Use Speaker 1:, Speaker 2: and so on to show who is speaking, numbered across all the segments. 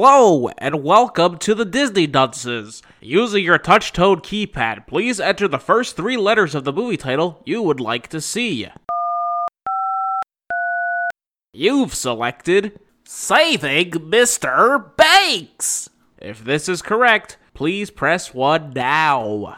Speaker 1: Hello, and welcome to the Disney Dunces. Using your touch tone keypad, please enter the first three letters of the movie title you would like to see. You've selected Saving Mr. Banks. If this is correct, please press 1 now.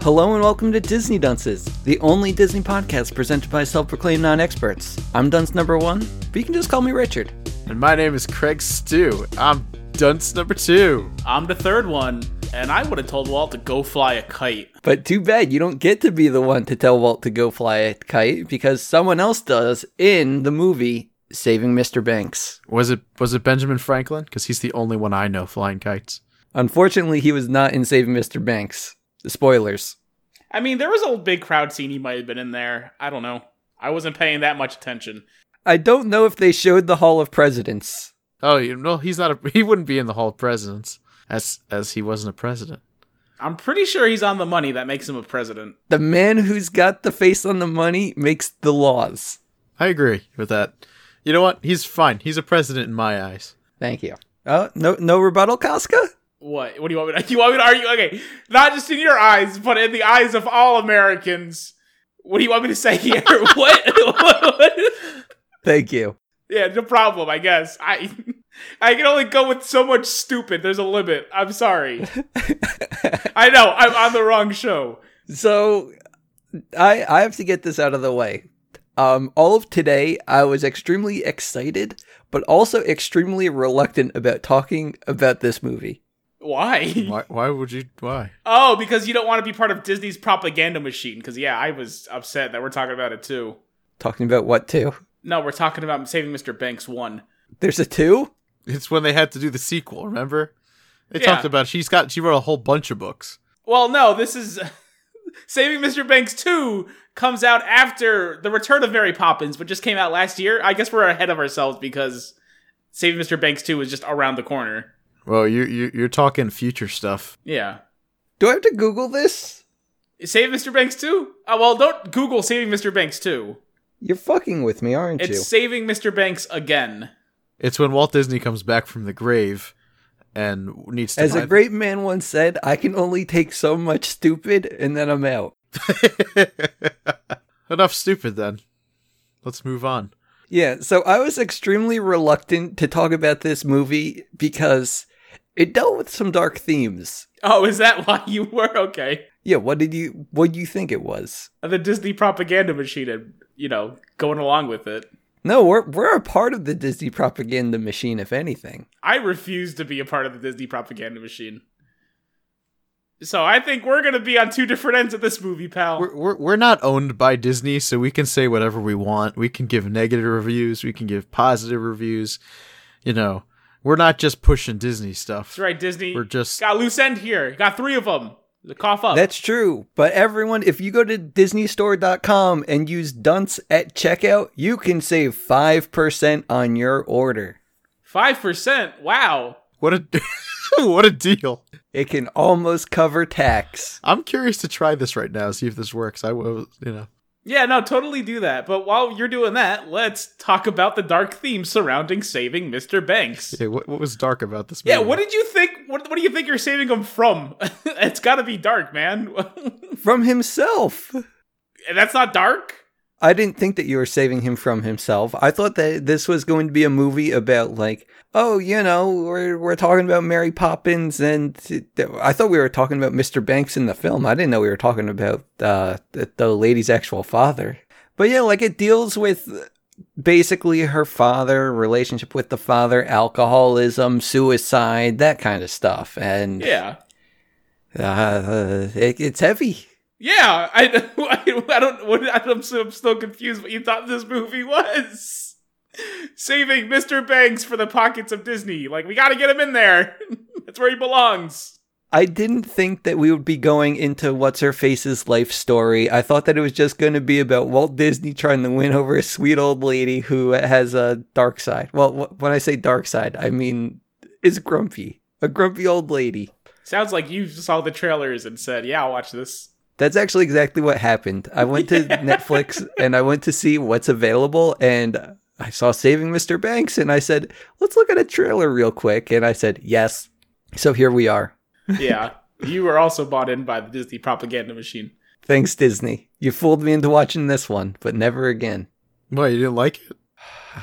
Speaker 2: Hello and welcome to Disney Dunces, the only Disney podcast presented by self proclaimed non experts. I'm dunce number one, but you can just call me Richard.
Speaker 3: And my name is Craig Stew. I'm dunce number two.
Speaker 4: I'm the third one, and I would have told Walt to go fly a kite.
Speaker 2: But too bad you don't get to be the one to tell Walt to go fly a kite because someone else does in the movie Saving Mr. Banks.
Speaker 3: Was it was it Benjamin Franklin? Because he's the only one I know flying kites.
Speaker 2: Unfortunately, he was not in Saving Mr. Banks. Spoilers.
Speaker 4: I mean, there was a big crowd scene. He might have been in there. I don't know. I wasn't paying that much attention.
Speaker 2: I don't know if they showed the Hall of Presidents.
Speaker 3: Oh, you no, he's not. A, he wouldn't be in the Hall of Presidents as as he wasn't a president.
Speaker 4: I'm pretty sure he's on the money. That makes him a president.
Speaker 2: The man who's got the face on the money makes the laws.
Speaker 3: I agree with that. You know what? He's fine. He's a president in my eyes.
Speaker 2: Thank you. Oh, no, no rebuttal, Casca?
Speaker 4: What? What do you want me to? You want me to argue? Okay, not just in your eyes, but in the eyes of all Americans. What do you want me to say here? what? what?
Speaker 2: Thank you.
Speaker 4: Yeah, no problem. I guess I, I can only go with so much stupid. There's a limit. I'm sorry. I know I'm on the wrong show.
Speaker 2: So I I have to get this out of the way. Um, all of today, I was extremely excited, but also extremely reluctant about talking about this movie.
Speaker 4: Why?
Speaker 3: Why? Why would you? Why?
Speaker 4: Oh, because you don't want to be part of Disney's propaganda machine. Because yeah, I was upset that we're talking about it too.
Speaker 2: Talking about what two?
Speaker 4: No, we're talking about saving Mr. Banks one.
Speaker 2: There's a two?
Speaker 3: It's when they had to do the sequel. Remember? They
Speaker 4: Yeah.
Speaker 3: talked about she's got she wrote a whole bunch of books.
Speaker 4: Well, no, this is saving Mr. Banks two comes out after the Return of Mary Poppins, which just came out last year. I guess we're ahead of ourselves because saving Mr. Banks two is just around the corner.
Speaker 3: Well, you you you're talking future stuff.
Speaker 4: Yeah.
Speaker 2: Do I have to Google this?
Speaker 4: Save Mr. Banks 2? Oh, well, don't Google Saving Mr. Banks 2.
Speaker 2: You're fucking with me, aren't
Speaker 4: It's
Speaker 2: you?
Speaker 4: Saving Mr. Banks again.
Speaker 3: It's when Walt Disney comes back from the grave and needs to
Speaker 2: As a
Speaker 3: buy-
Speaker 2: great man once said, I can only take so much stupid and then I'm out.
Speaker 3: Enough stupid then. Let's move on.
Speaker 2: Yeah, so I was extremely reluctant to talk about this movie because it dealt with some dark themes.
Speaker 4: Oh, is that why you were? Okay.
Speaker 2: Yeah, what did you what do you think it was?
Speaker 4: The Disney propaganda machine and, you know, going along with it.
Speaker 2: No, we're we're a part of the Disney propaganda machine, if anything.
Speaker 4: I refuse to be a part of the Disney propaganda machine. So I think we're going to be on two different ends of this movie, pal.
Speaker 3: We're, we're we're not owned by Disney, so we can say whatever we want. We can give negative reviews. We can give positive reviews. You know, we're not just pushing Disney stuff.
Speaker 4: That's right, Disney.
Speaker 3: We're just
Speaker 4: Got a loose end here. Got three of them. The cough up.
Speaker 2: That's true. But everyone, if you go to DisneyStore.com and use dunce at checkout, you can save 5% on your order.
Speaker 4: 5%. Wow.
Speaker 3: what a what a deal.
Speaker 2: It can almost cover tax.
Speaker 3: I'm curious to try this right now, see if this works. I will, you know.
Speaker 4: Yeah, no, totally do that. But while you're doing that, let's talk about the dark theme surrounding saving Mr. Banks.
Speaker 3: Yeah, what, what was dark about this?
Speaker 4: Yeah,
Speaker 3: movie?
Speaker 4: what did you think? What, what do you think you're saving him from? it's got to be dark, man.
Speaker 2: From himself.
Speaker 4: That's not dark.
Speaker 2: I didn't think that you were saving him from himself. I thought that this was going to be a movie about like, oh, you know, we're we're talking about Mary Poppins, and I thought we were talking about Mr. Banks in the film. I didn't know we were talking about uh, the, the lady's actual father. But yeah, like it deals with basically her father, relationship with the father, alcoholism, suicide, that kind of stuff, and
Speaker 4: Yeah,
Speaker 2: uh, it, it's heavy.
Speaker 4: yeah. I, I, don't. What, I'm, so, I'm still confused. What you thought this movie was? Saving Mr. Banks for the pockets of Disney. Like we got to get him in there. That's where he belongs.
Speaker 2: I didn't think that we would be going into what's her face's life story. I thought that it was just going to be about Walt Disney trying to win over a sweet old lady who has a dark side. Well, wh- when I say dark side, I mean is grumpy, a grumpy old lady.
Speaker 4: Sounds like you saw the trailers and said, "Yeah, I'll watch this."
Speaker 2: That's actually exactly what happened. I went to
Speaker 4: Yeah.
Speaker 2: Netflix and I went to see what's available and I saw Saving Mr. Banks and I said, "Let's look at a trailer real quick." And I said, "Yes." So here we are.
Speaker 4: Yeah, you were also bought in by the Disney propaganda machine.
Speaker 2: Thanks Disney. You fooled me into watching this one, but never again.
Speaker 3: Well, you didn't like it?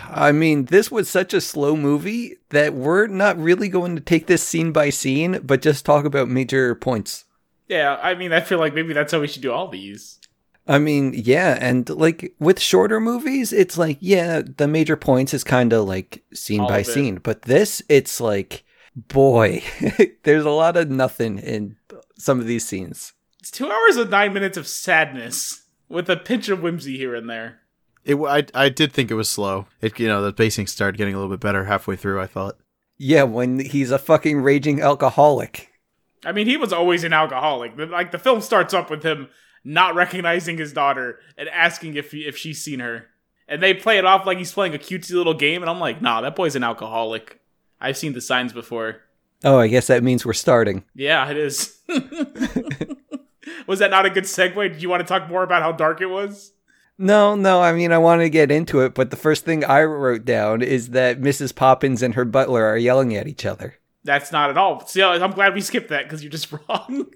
Speaker 2: I mean, this was such a slow movie that we're not really going to take this scene by scene, but just talk about major points.
Speaker 4: Yeah, I mean, I feel like maybe that's how we should do all these.
Speaker 2: I mean, yeah, and like with shorter movies, it's like, yeah, the major points is kind of like scene
Speaker 4: All
Speaker 2: by
Speaker 4: of it.
Speaker 2: scene, but this, it's like, boy, there's a lot of nothing in some of these scenes.
Speaker 4: It's two hours and nine minutes of sadness with a pinch of whimsy here and there.
Speaker 3: It wa- I I did think it was slow. It you know the pacing started getting a little bit better halfway through. I thought.
Speaker 2: Yeah, when he's a fucking raging alcoholic.
Speaker 4: I mean, he was always an alcoholic. The- Like the film starts up with him not recognizing his daughter and asking if if she's seen her, and they play it off like he's playing a cutesy little game. And I'm like, nah, that boy's an alcoholic. I've seen the signs before.
Speaker 2: Oh, I guess that means we're starting.
Speaker 4: Yeah, it is. was that not a good segue? Did you want to talk more about how dark it was?
Speaker 2: No, no, I mean, I want to get into it, but the first thing I wrote down is that Mrs. Poppins and her butler are yelling at each other.
Speaker 4: That's not at all. See, I- I'm glad we skipped that because you're just wrong.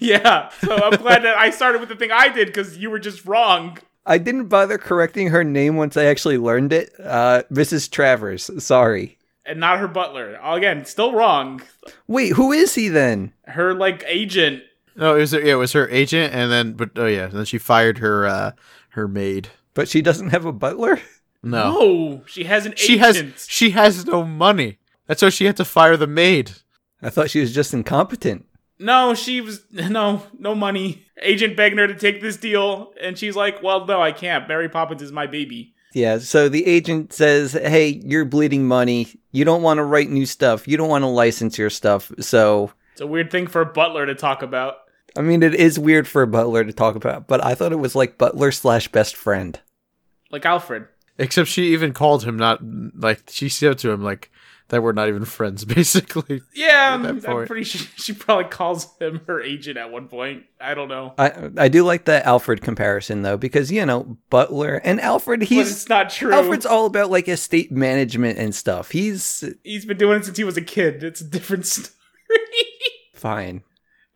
Speaker 4: yeah, so I'm glad that I started with the thing I did because you were just wrong.
Speaker 2: I didn't bother correcting her name once I actually learned it. Uh, Mrs. Travers, sorry.
Speaker 4: and not her butler. Again, still wrong.
Speaker 2: Wait, who is he then?
Speaker 4: Her like agent.
Speaker 3: No, it was her, yeah, it was her agent, and then but oh yeah, then she fired her uh her maid.
Speaker 2: But she doesn't have a butler?
Speaker 3: No,
Speaker 4: No, she has an
Speaker 3: Oh. she
Speaker 4: agent.
Speaker 3: has she has no money. That's why she had to fire the maid.
Speaker 2: I thought she was just incompetent.
Speaker 4: no, she was no no money. Agent begging her to take this deal, and she's like, "Well, no, I can't. Mary Poppins is my baby."
Speaker 2: Yeah, so the agent says, hey, you're bleeding money. You don't want to write new stuff. You don't want to license your stuff. So,
Speaker 4: It's a weird thing for a butler to talk about.
Speaker 2: I mean, it is weird for a butler to talk about, but I thought it was like butler slash best friend.
Speaker 4: Like Alfred.
Speaker 3: Except she even called him not like she said to him like that we're not even friends basically.
Speaker 4: Yeah, I'm,
Speaker 3: that
Speaker 4: I'm
Speaker 3: point.
Speaker 4: pretty sure she probably calls him her agent at one point. I don't know.
Speaker 2: I I do like the Alfred comparison though, because you know Butler and Alfred.
Speaker 4: But
Speaker 2: He's
Speaker 4: it's not true.
Speaker 2: Alfred's all about like estate management and stuff. He's
Speaker 4: He's been doing it since he was a kid. It's a different story.
Speaker 2: fine.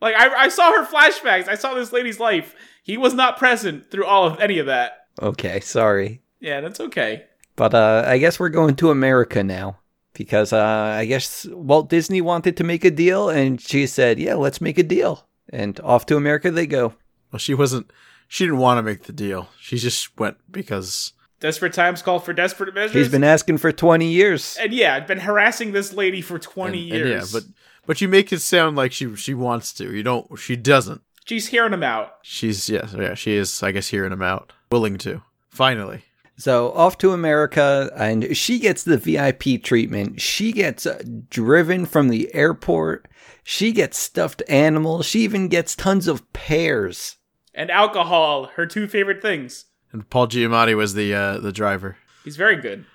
Speaker 4: Like I, I saw her flashbacks. I saw this lady's life. He was not present through all of any of that.
Speaker 2: Okay, sorry,
Speaker 4: Yeah, that's okay.
Speaker 2: but uh, I guess we're going to America now because uh, I guess Walt Disney wanted to make a deal, and she said, "Yeah, let's make a deal." And off to America they go.
Speaker 3: Well, she wasn't. She didn't want to make the deal. She just went because
Speaker 4: Desperate times call for desperate measures.
Speaker 2: She's been asking for twenty years.
Speaker 4: and yeah, I've been harassing this lady for
Speaker 3: and-
Speaker 4: twenty
Speaker 3: and
Speaker 4: years.
Speaker 3: yeah, but but you make it sound like she she wants to. You don't. She doesn't.
Speaker 4: she's hearing him out.
Speaker 3: She's yes, yeah. She is. I guess hearing him out, willing to finally.
Speaker 2: So off to America, and she gets the VIP treatment. She gets uh, driven from the airport. She gets stuffed animals. She even gets tons of pears.
Speaker 4: And alcohol, her two favorite things.
Speaker 3: And Paul Giamatti was the uh, the driver.
Speaker 4: He's very good.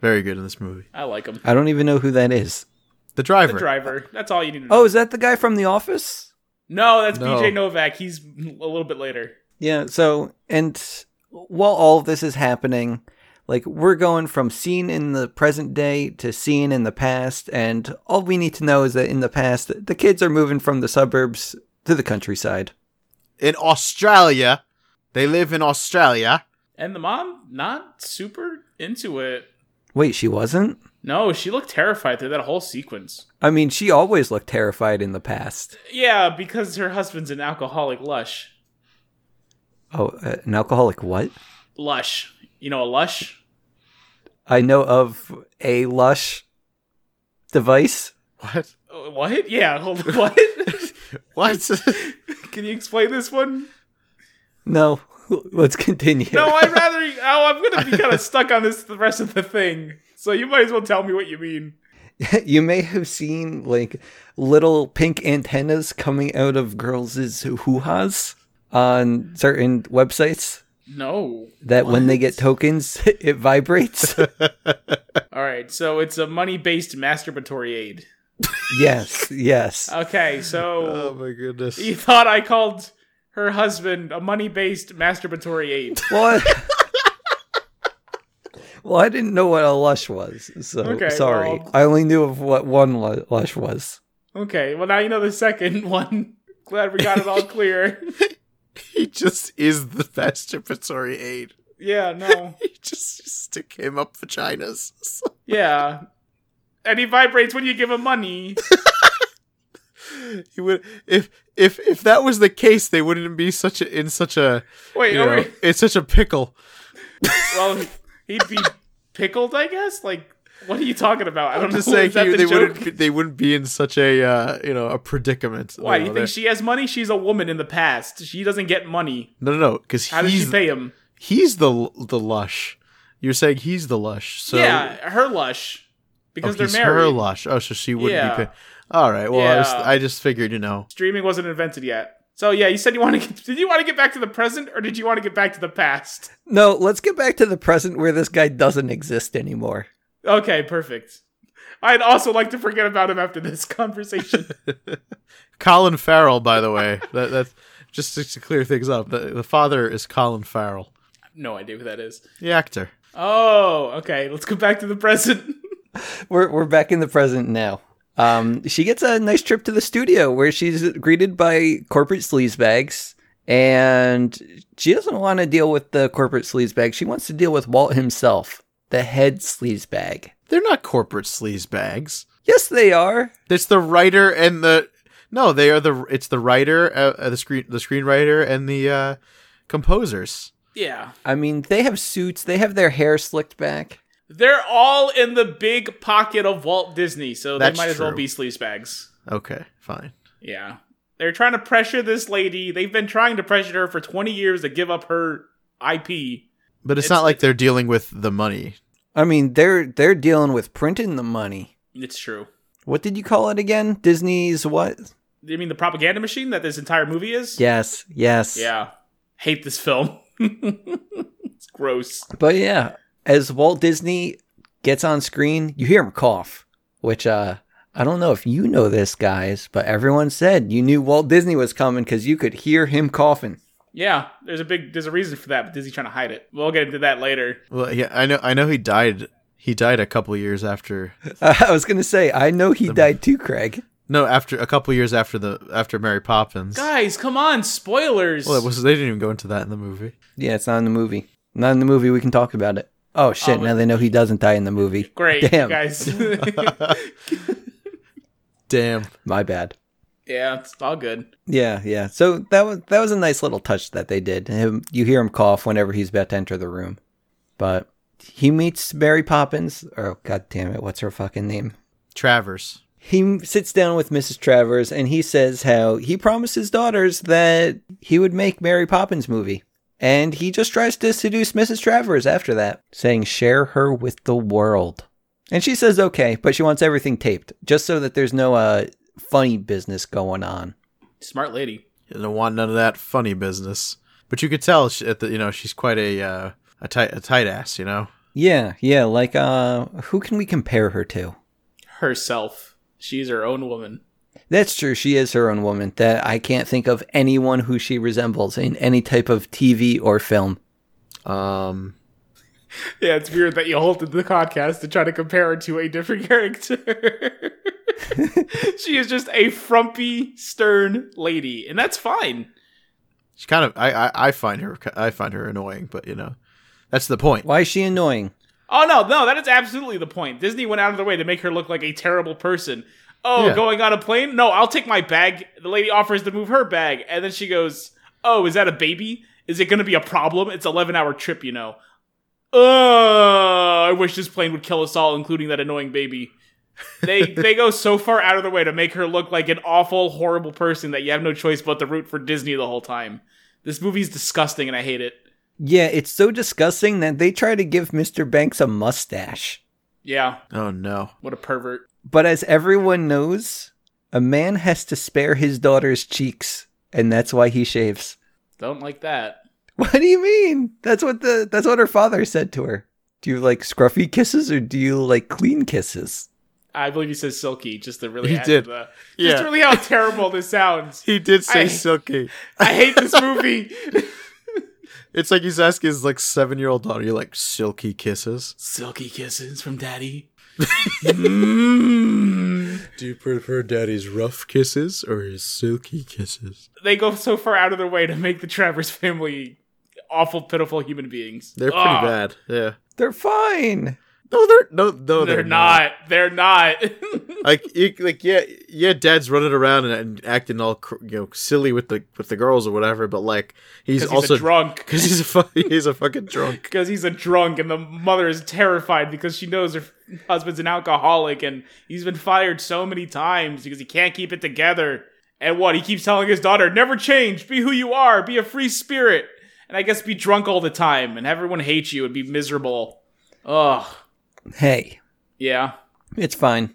Speaker 3: Very good in this movie.
Speaker 4: I like him.
Speaker 2: I don't even know who that is.
Speaker 3: The driver.
Speaker 4: The driver. That's all you need to know.
Speaker 2: Oh, is that the guy from The Office?
Speaker 4: no, that's
Speaker 3: No.
Speaker 4: BJ Novak. He's a little bit later.
Speaker 2: Yeah. So, and while all of this is happening, like we're going from scene in the present day to scene in the past, and all we need to know is that in the past, the kids are moving from the suburbs to the countryside.
Speaker 3: in Australia. They live in Australia.
Speaker 4: And the mom, not super into it.
Speaker 2: Wait, she wasn't?
Speaker 4: No, she looked terrified through that whole sequence.
Speaker 2: I mean, she always looked terrified in the past.
Speaker 4: Yeah, because her husband's an alcoholic lush.
Speaker 2: Oh, uh, an alcoholic what?
Speaker 4: Lush. You know a lush?
Speaker 2: I know of a lush device.
Speaker 3: What?
Speaker 4: Uh, What? Yeah, hold on. What?
Speaker 3: What?
Speaker 4: Can you explain this one?
Speaker 2: No, let's continue.
Speaker 4: No, I'd rather. Oh, I'm going to be kind of stuck on this the rest of the thing. So you might as well tell me what you mean.
Speaker 2: you may have seen like little pink antennas coming out of girls' hoo-has on certain websites
Speaker 4: No.
Speaker 2: that when they get tokens it vibrates
Speaker 4: All right, so it's a money-based masturbatory aid.
Speaker 2: yes yes
Speaker 4: Okay, so
Speaker 3: Oh my goodness.
Speaker 4: you thought I called her husband a money-based masturbatory aid.
Speaker 2: well, I- well i didn't know what a lush was so
Speaker 4: Okay,
Speaker 2: sorry
Speaker 4: well-
Speaker 2: i only knew of what one lu- lush was
Speaker 4: Okay, well now you know the second one. Glad we got it all clear.
Speaker 3: He just is the masturbatory aid.
Speaker 4: yeah, no.
Speaker 3: You just, just stick him up vaginas. So-
Speaker 4: Yeah. And he vibrates when you give him money.
Speaker 3: he would if if if that was the case, they wouldn't be such a, in such a
Speaker 4: Wait,
Speaker 3: you
Speaker 4: are
Speaker 3: know,
Speaker 4: we-
Speaker 3: it's such a pickle.
Speaker 4: well, he'd be pickled, I guess. Like, what are you talking about? I don't
Speaker 3: I'm just
Speaker 4: know.
Speaker 3: saying
Speaker 4: Is that
Speaker 3: he-
Speaker 4: the
Speaker 3: they
Speaker 4: joke?
Speaker 3: wouldn't be, they wouldn't be in such a uh, you know a predicament.
Speaker 4: Why?
Speaker 3: You
Speaker 4: You think
Speaker 3: know, they're-
Speaker 4: she has money? She's a woman in the past. She doesn't get money.
Speaker 3: no no no because
Speaker 4: How does she
Speaker 3: he's
Speaker 4: pay him?
Speaker 3: he's the the lush. You're saying he's the lush. So
Speaker 4: yeah, her lush because
Speaker 3: oh,
Speaker 4: they're
Speaker 3: he's
Speaker 4: married.
Speaker 3: her lush. Oh, so she wouldn't
Speaker 4: Yeah.
Speaker 3: be. Pay- All right. Well, I, just,
Speaker 4: Yeah.
Speaker 3: I just figured you know
Speaker 4: Streaming wasn't invented yet. So yeah, you said you want to. Get, did you want to get back to the present or did you want to get back to the past?
Speaker 2: no let's get back to the present where this guy doesn't exist anymore
Speaker 4: Okay, perfect. I'd also like to forget about him after this conversation.
Speaker 3: Colin Farrell. By the way, that that's just to clear things up. The, the father is Colin Farrell,
Speaker 4: no idea who that is.
Speaker 3: the actor.
Speaker 4: Oh, okay. Let's go back to the present.
Speaker 2: we're we're back in the present now. Um, she gets a nice trip to the studio where she's greeted by corporate sleazebags, and she doesn't want to deal with the corporate sleazebag. She wants to deal with Walt himself, the head sleazebag.
Speaker 3: They're not corporate sleaze bags.
Speaker 2: Yes, they are.
Speaker 3: It's the writer and the no, they are the it's the writer, uh, uh, the screen the screenwriter and the uh, composers.
Speaker 4: yeah.
Speaker 2: I mean, they have suits. They have their hair slicked back.
Speaker 4: They're all in the big pocket of Walt Disney, so
Speaker 3: That's
Speaker 4: they might as well
Speaker 3: true.
Speaker 4: be sleazebags.
Speaker 3: Okay, fine.
Speaker 4: Yeah. They're trying to pressure this lady. They've been trying to pressure her for 20 years to give up her IP.
Speaker 3: But it's,
Speaker 4: It's-
Speaker 3: not like they're dealing with the money.
Speaker 2: I mean, they're they're dealing with printing the money.
Speaker 4: It's true.
Speaker 2: What did you call it again? Disney's what?
Speaker 4: You mean the propaganda machine that this entire movie is?
Speaker 2: Yes, yes.
Speaker 4: Yeah. Hate this film. it's gross.
Speaker 2: But yeah, as Walt Disney gets on screen, you hear him cough, which uh I don't know if you know this guys, but everyone said you knew Walt Disney was coming cuz you could hear him coughing.
Speaker 4: Yeah, there's a big there's a reason for that, but Disney trying to hide it. We'll get into that later.
Speaker 3: Well, yeah, I know. I know he died. He died a couple years after.
Speaker 2: I was going to say I know he died too, Craig.
Speaker 3: No, after a couple years after the after Mary Poppins.
Speaker 4: Guys, come on, spoilers.
Speaker 3: Well, it was they didn't even go into that in the movie.
Speaker 2: Yeah, it's not in the movie. Not in the movie, we can talk about it. Oh shit,
Speaker 4: Oh,
Speaker 2: now they know he doesn't die in the movie.
Speaker 4: Great,
Speaker 2: Damn.
Speaker 4: guys.
Speaker 3: Damn.
Speaker 2: My bad.
Speaker 4: yeah, it's all good.
Speaker 2: Yeah, yeah. So that was that was a nice little touch that they did. Him, you hear him cough whenever he's about to enter the room, but he meets Mary Poppins. Oh God damn it! What's her fucking name?
Speaker 3: Travers.
Speaker 2: He m- sits down with Mrs. Travers and he says how he promised his daughters that he would make Mary Poppins movie, and he just tries to seduce Mrs. Travers after that, saying share her with the world, and she says okay, but she wants everything taped just so that there's no uh funny business going on.
Speaker 4: Smart lady.
Speaker 3: You don't want none of that funny business. But you could tell she, at the you know she's quite a uh, a tight a tight ass. You know.
Speaker 2: Yeah, yeah, like uh who can we compare her to?
Speaker 4: Herself. She's her own woman.
Speaker 2: That's true, she is her own woman. That I can't think of anyone who she resembles in any type of TV or film.
Speaker 3: Um.
Speaker 4: Yeah, it's weird that you halted the podcast to try to compare her to a different character. she is just a frumpy, stern lady, and that's fine.
Speaker 3: She kind of I, I I find her I find her annoying, but you know, that's the point.
Speaker 2: Why is she annoying?
Speaker 4: Oh no, no, that is absolutely the point. Disney went out of their way to make her look like a terrible person. Oh,
Speaker 3: Yeah.
Speaker 4: going on a plane? No, I'll take my bag. The lady offers to move her bag, and then she goes, "Oh, is that a baby? Is it going to be a problem? It's 11-hour trip, you know." Uh, I wish this plane would kill us all, including that annoying baby. They they go so far out of their way to make her look like an awful, horrible person that you have no choice but to root for Disney the whole time. This movie's disgusting, and I hate it.
Speaker 2: Yeah, it's so disgusting that they try to give Mr. Banks a mustache.
Speaker 4: Yeah,
Speaker 3: Oh no.
Speaker 4: what a pervert.
Speaker 2: But as everyone knows, a man has to spare his daughter's cheeks, and that's why he shaves.
Speaker 4: Don't like that.
Speaker 2: What do you mean? That's what the that's what her father said to her. Do you like scruffy kisses or do you like clean kisses?
Speaker 4: I believe he says silky just to really
Speaker 3: He
Speaker 4: add
Speaker 3: did.
Speaker 4: To the,
Speaker 3: Yeah.
Speaker 4: Just really how terrible this sounds.
Speaker 3: He did say
Speaker 4: I-
Speaker 3: silky.
Speaker 4: I hate this movie.
Speaker 3: It's like he's asking his like seven year old daughter, "You like silky kisses?
Speaker 4: silky kisses from daddy. Mm.
Speaker 3: Do you prefer daddy's rough kisses or his silky kisses?"
Speaker 4: They go so far out of their way to make the Travers family awful, pitiful human beings. Ah,
Speaker 3: They're pretty
Speaker 4: Ugh.
Speaker 3: bad. Yeah.
Speaker 2: They're fine.
Speaker 3: No, they're no, no,
Speaker 4: They're not. They're not.
Speaker 3: Like, you, like, yeah, yeah. Dad's running around and, and acting all cr- you know silly with the with the girls or whatever. But like, he's
Speaker 4: Because he's
Speaker 3: also
Speaker 4: a drunk.
Speaker 3: because he's a fu- he's a fucking drunk.
Speaker 4: because he's a drunk and the mother is terrified because she knows her husband's an alcoholic and he's been fired so many times because he can't keep it together. And what? He keeps telling his daughter, never change, be who you are, be a free spirit. And I guess be drunk all the time and everyone hates you and be miserable. Ugh.
Speaker 2: Hey,
Speaker 4: Yeah.
Speaker 2: it's fine.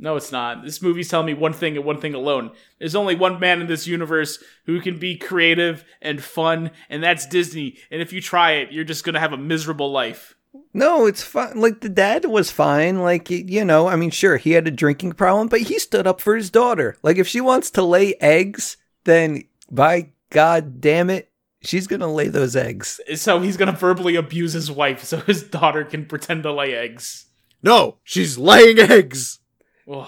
Speaker 4: No, it's not. This movie's telling me one thing and one thing alone. There's only one man in this universe who can be creative and fun, and that's Disney. And if you try it, you're just going to have a miserable life.
Speaker 2: No, it's fine. Like the dad was fine. Like y- you know, I mean, sure, he had a drinking problem, but he stood up for his daughter. Like if she wants to lay eggs, then by God damn it, she's gonna lay those eggs.
Speaker 4: so he's gonna verbally abuse his wife so his daughter can pretend to lay eggs.
Speaker 3: No, she's laying eggs.
Speaker 4: Ugh.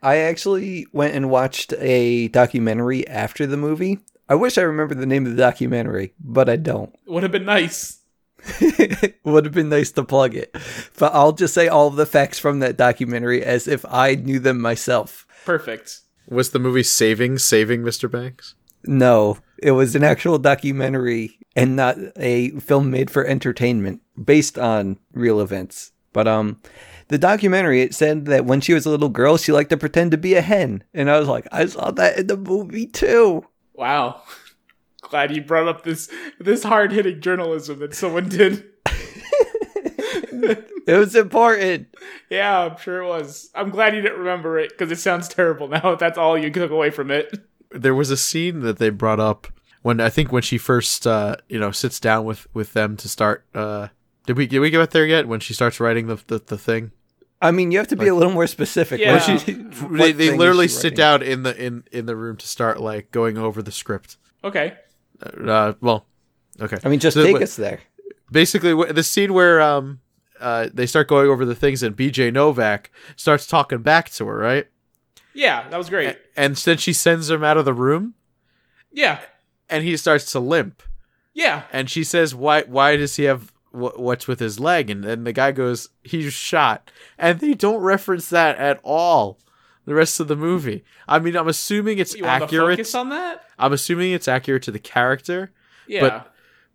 Speaker 2: I actually went and watched a documentary after the movie. I wish I remembered the name of the documentary, but I don't.
Speaker 4: Would have been nice.
Speaker 2: Would have been nice to plug it. But I'll just say all of the facts from that documentary as if I knew them myself.
Speaker 4: Perfect.
Speaker 3: Was the movie Saving Saving Mr. Banks?
Speaker 2: No, it was an actual documentary and not a film made for entertainment based on real events. But um the documentary it said that when she was a little girl she liked to pretend to be a hen. And I was like, I saw that in the movie too.
Speaker 4: Wow. Glad you brought up this this hard hitting journalism that someone did.
Speaker 2: It was important.
Speaker 4: Yeah, I'm sure it was. I'm glad you didn't remember it because it sounds terrible now. If that's all you took away from it.
Speaker 3: There was a scene that they brought up when I think when she first uh, you know sits down with with them to start. Uh, did we did we get there yet? When she starts writing the the, the thing,
Speaker 2: I mean, you have to be a little more specific.
Speaker 4: Yeah.
Speaker 2: What she- what
Speaker 3: they,
Speaker 2: thing
Speaker 3: they
Speaker 2: is
Speaker 3: literally
Speaker 2: she
Speaker 3: sit
Speaker 2: writing?
Speaker 3: down in the in in the room to start like going over the script.
Speaker 4: Okay.
Speaker 3: Uh, well, okay.
Speaker 2: I mean, just
Speaker 3: So,
Speaker 2: take
Speaker 3: but-
Speaker 2: us there.
Speaker 3: basically wh- the scene where um uh they start going over the things and BJ Novak starts talking back to her, right?
Speaker 4: Yeah, that was great.
Speaker 3: And then she sends him out of the room
Speaker 4: Yeah.
Speaker 3: and he starts to limp.
Speaker 4: Yeah.
Speaker 3: And she says, "Why why does he have wh- what's with his leg?" And then the guy goes, "He's shot." And they don't reference that at all. The rest of the movie. I mean, I'm assuming it's
Speaker 4: You want to
Speaker 3: accurate.
Speaker 4: focus on that?
Speaker 3: I'm assuming it's accurate to the character.
Speaker 4: Yeah.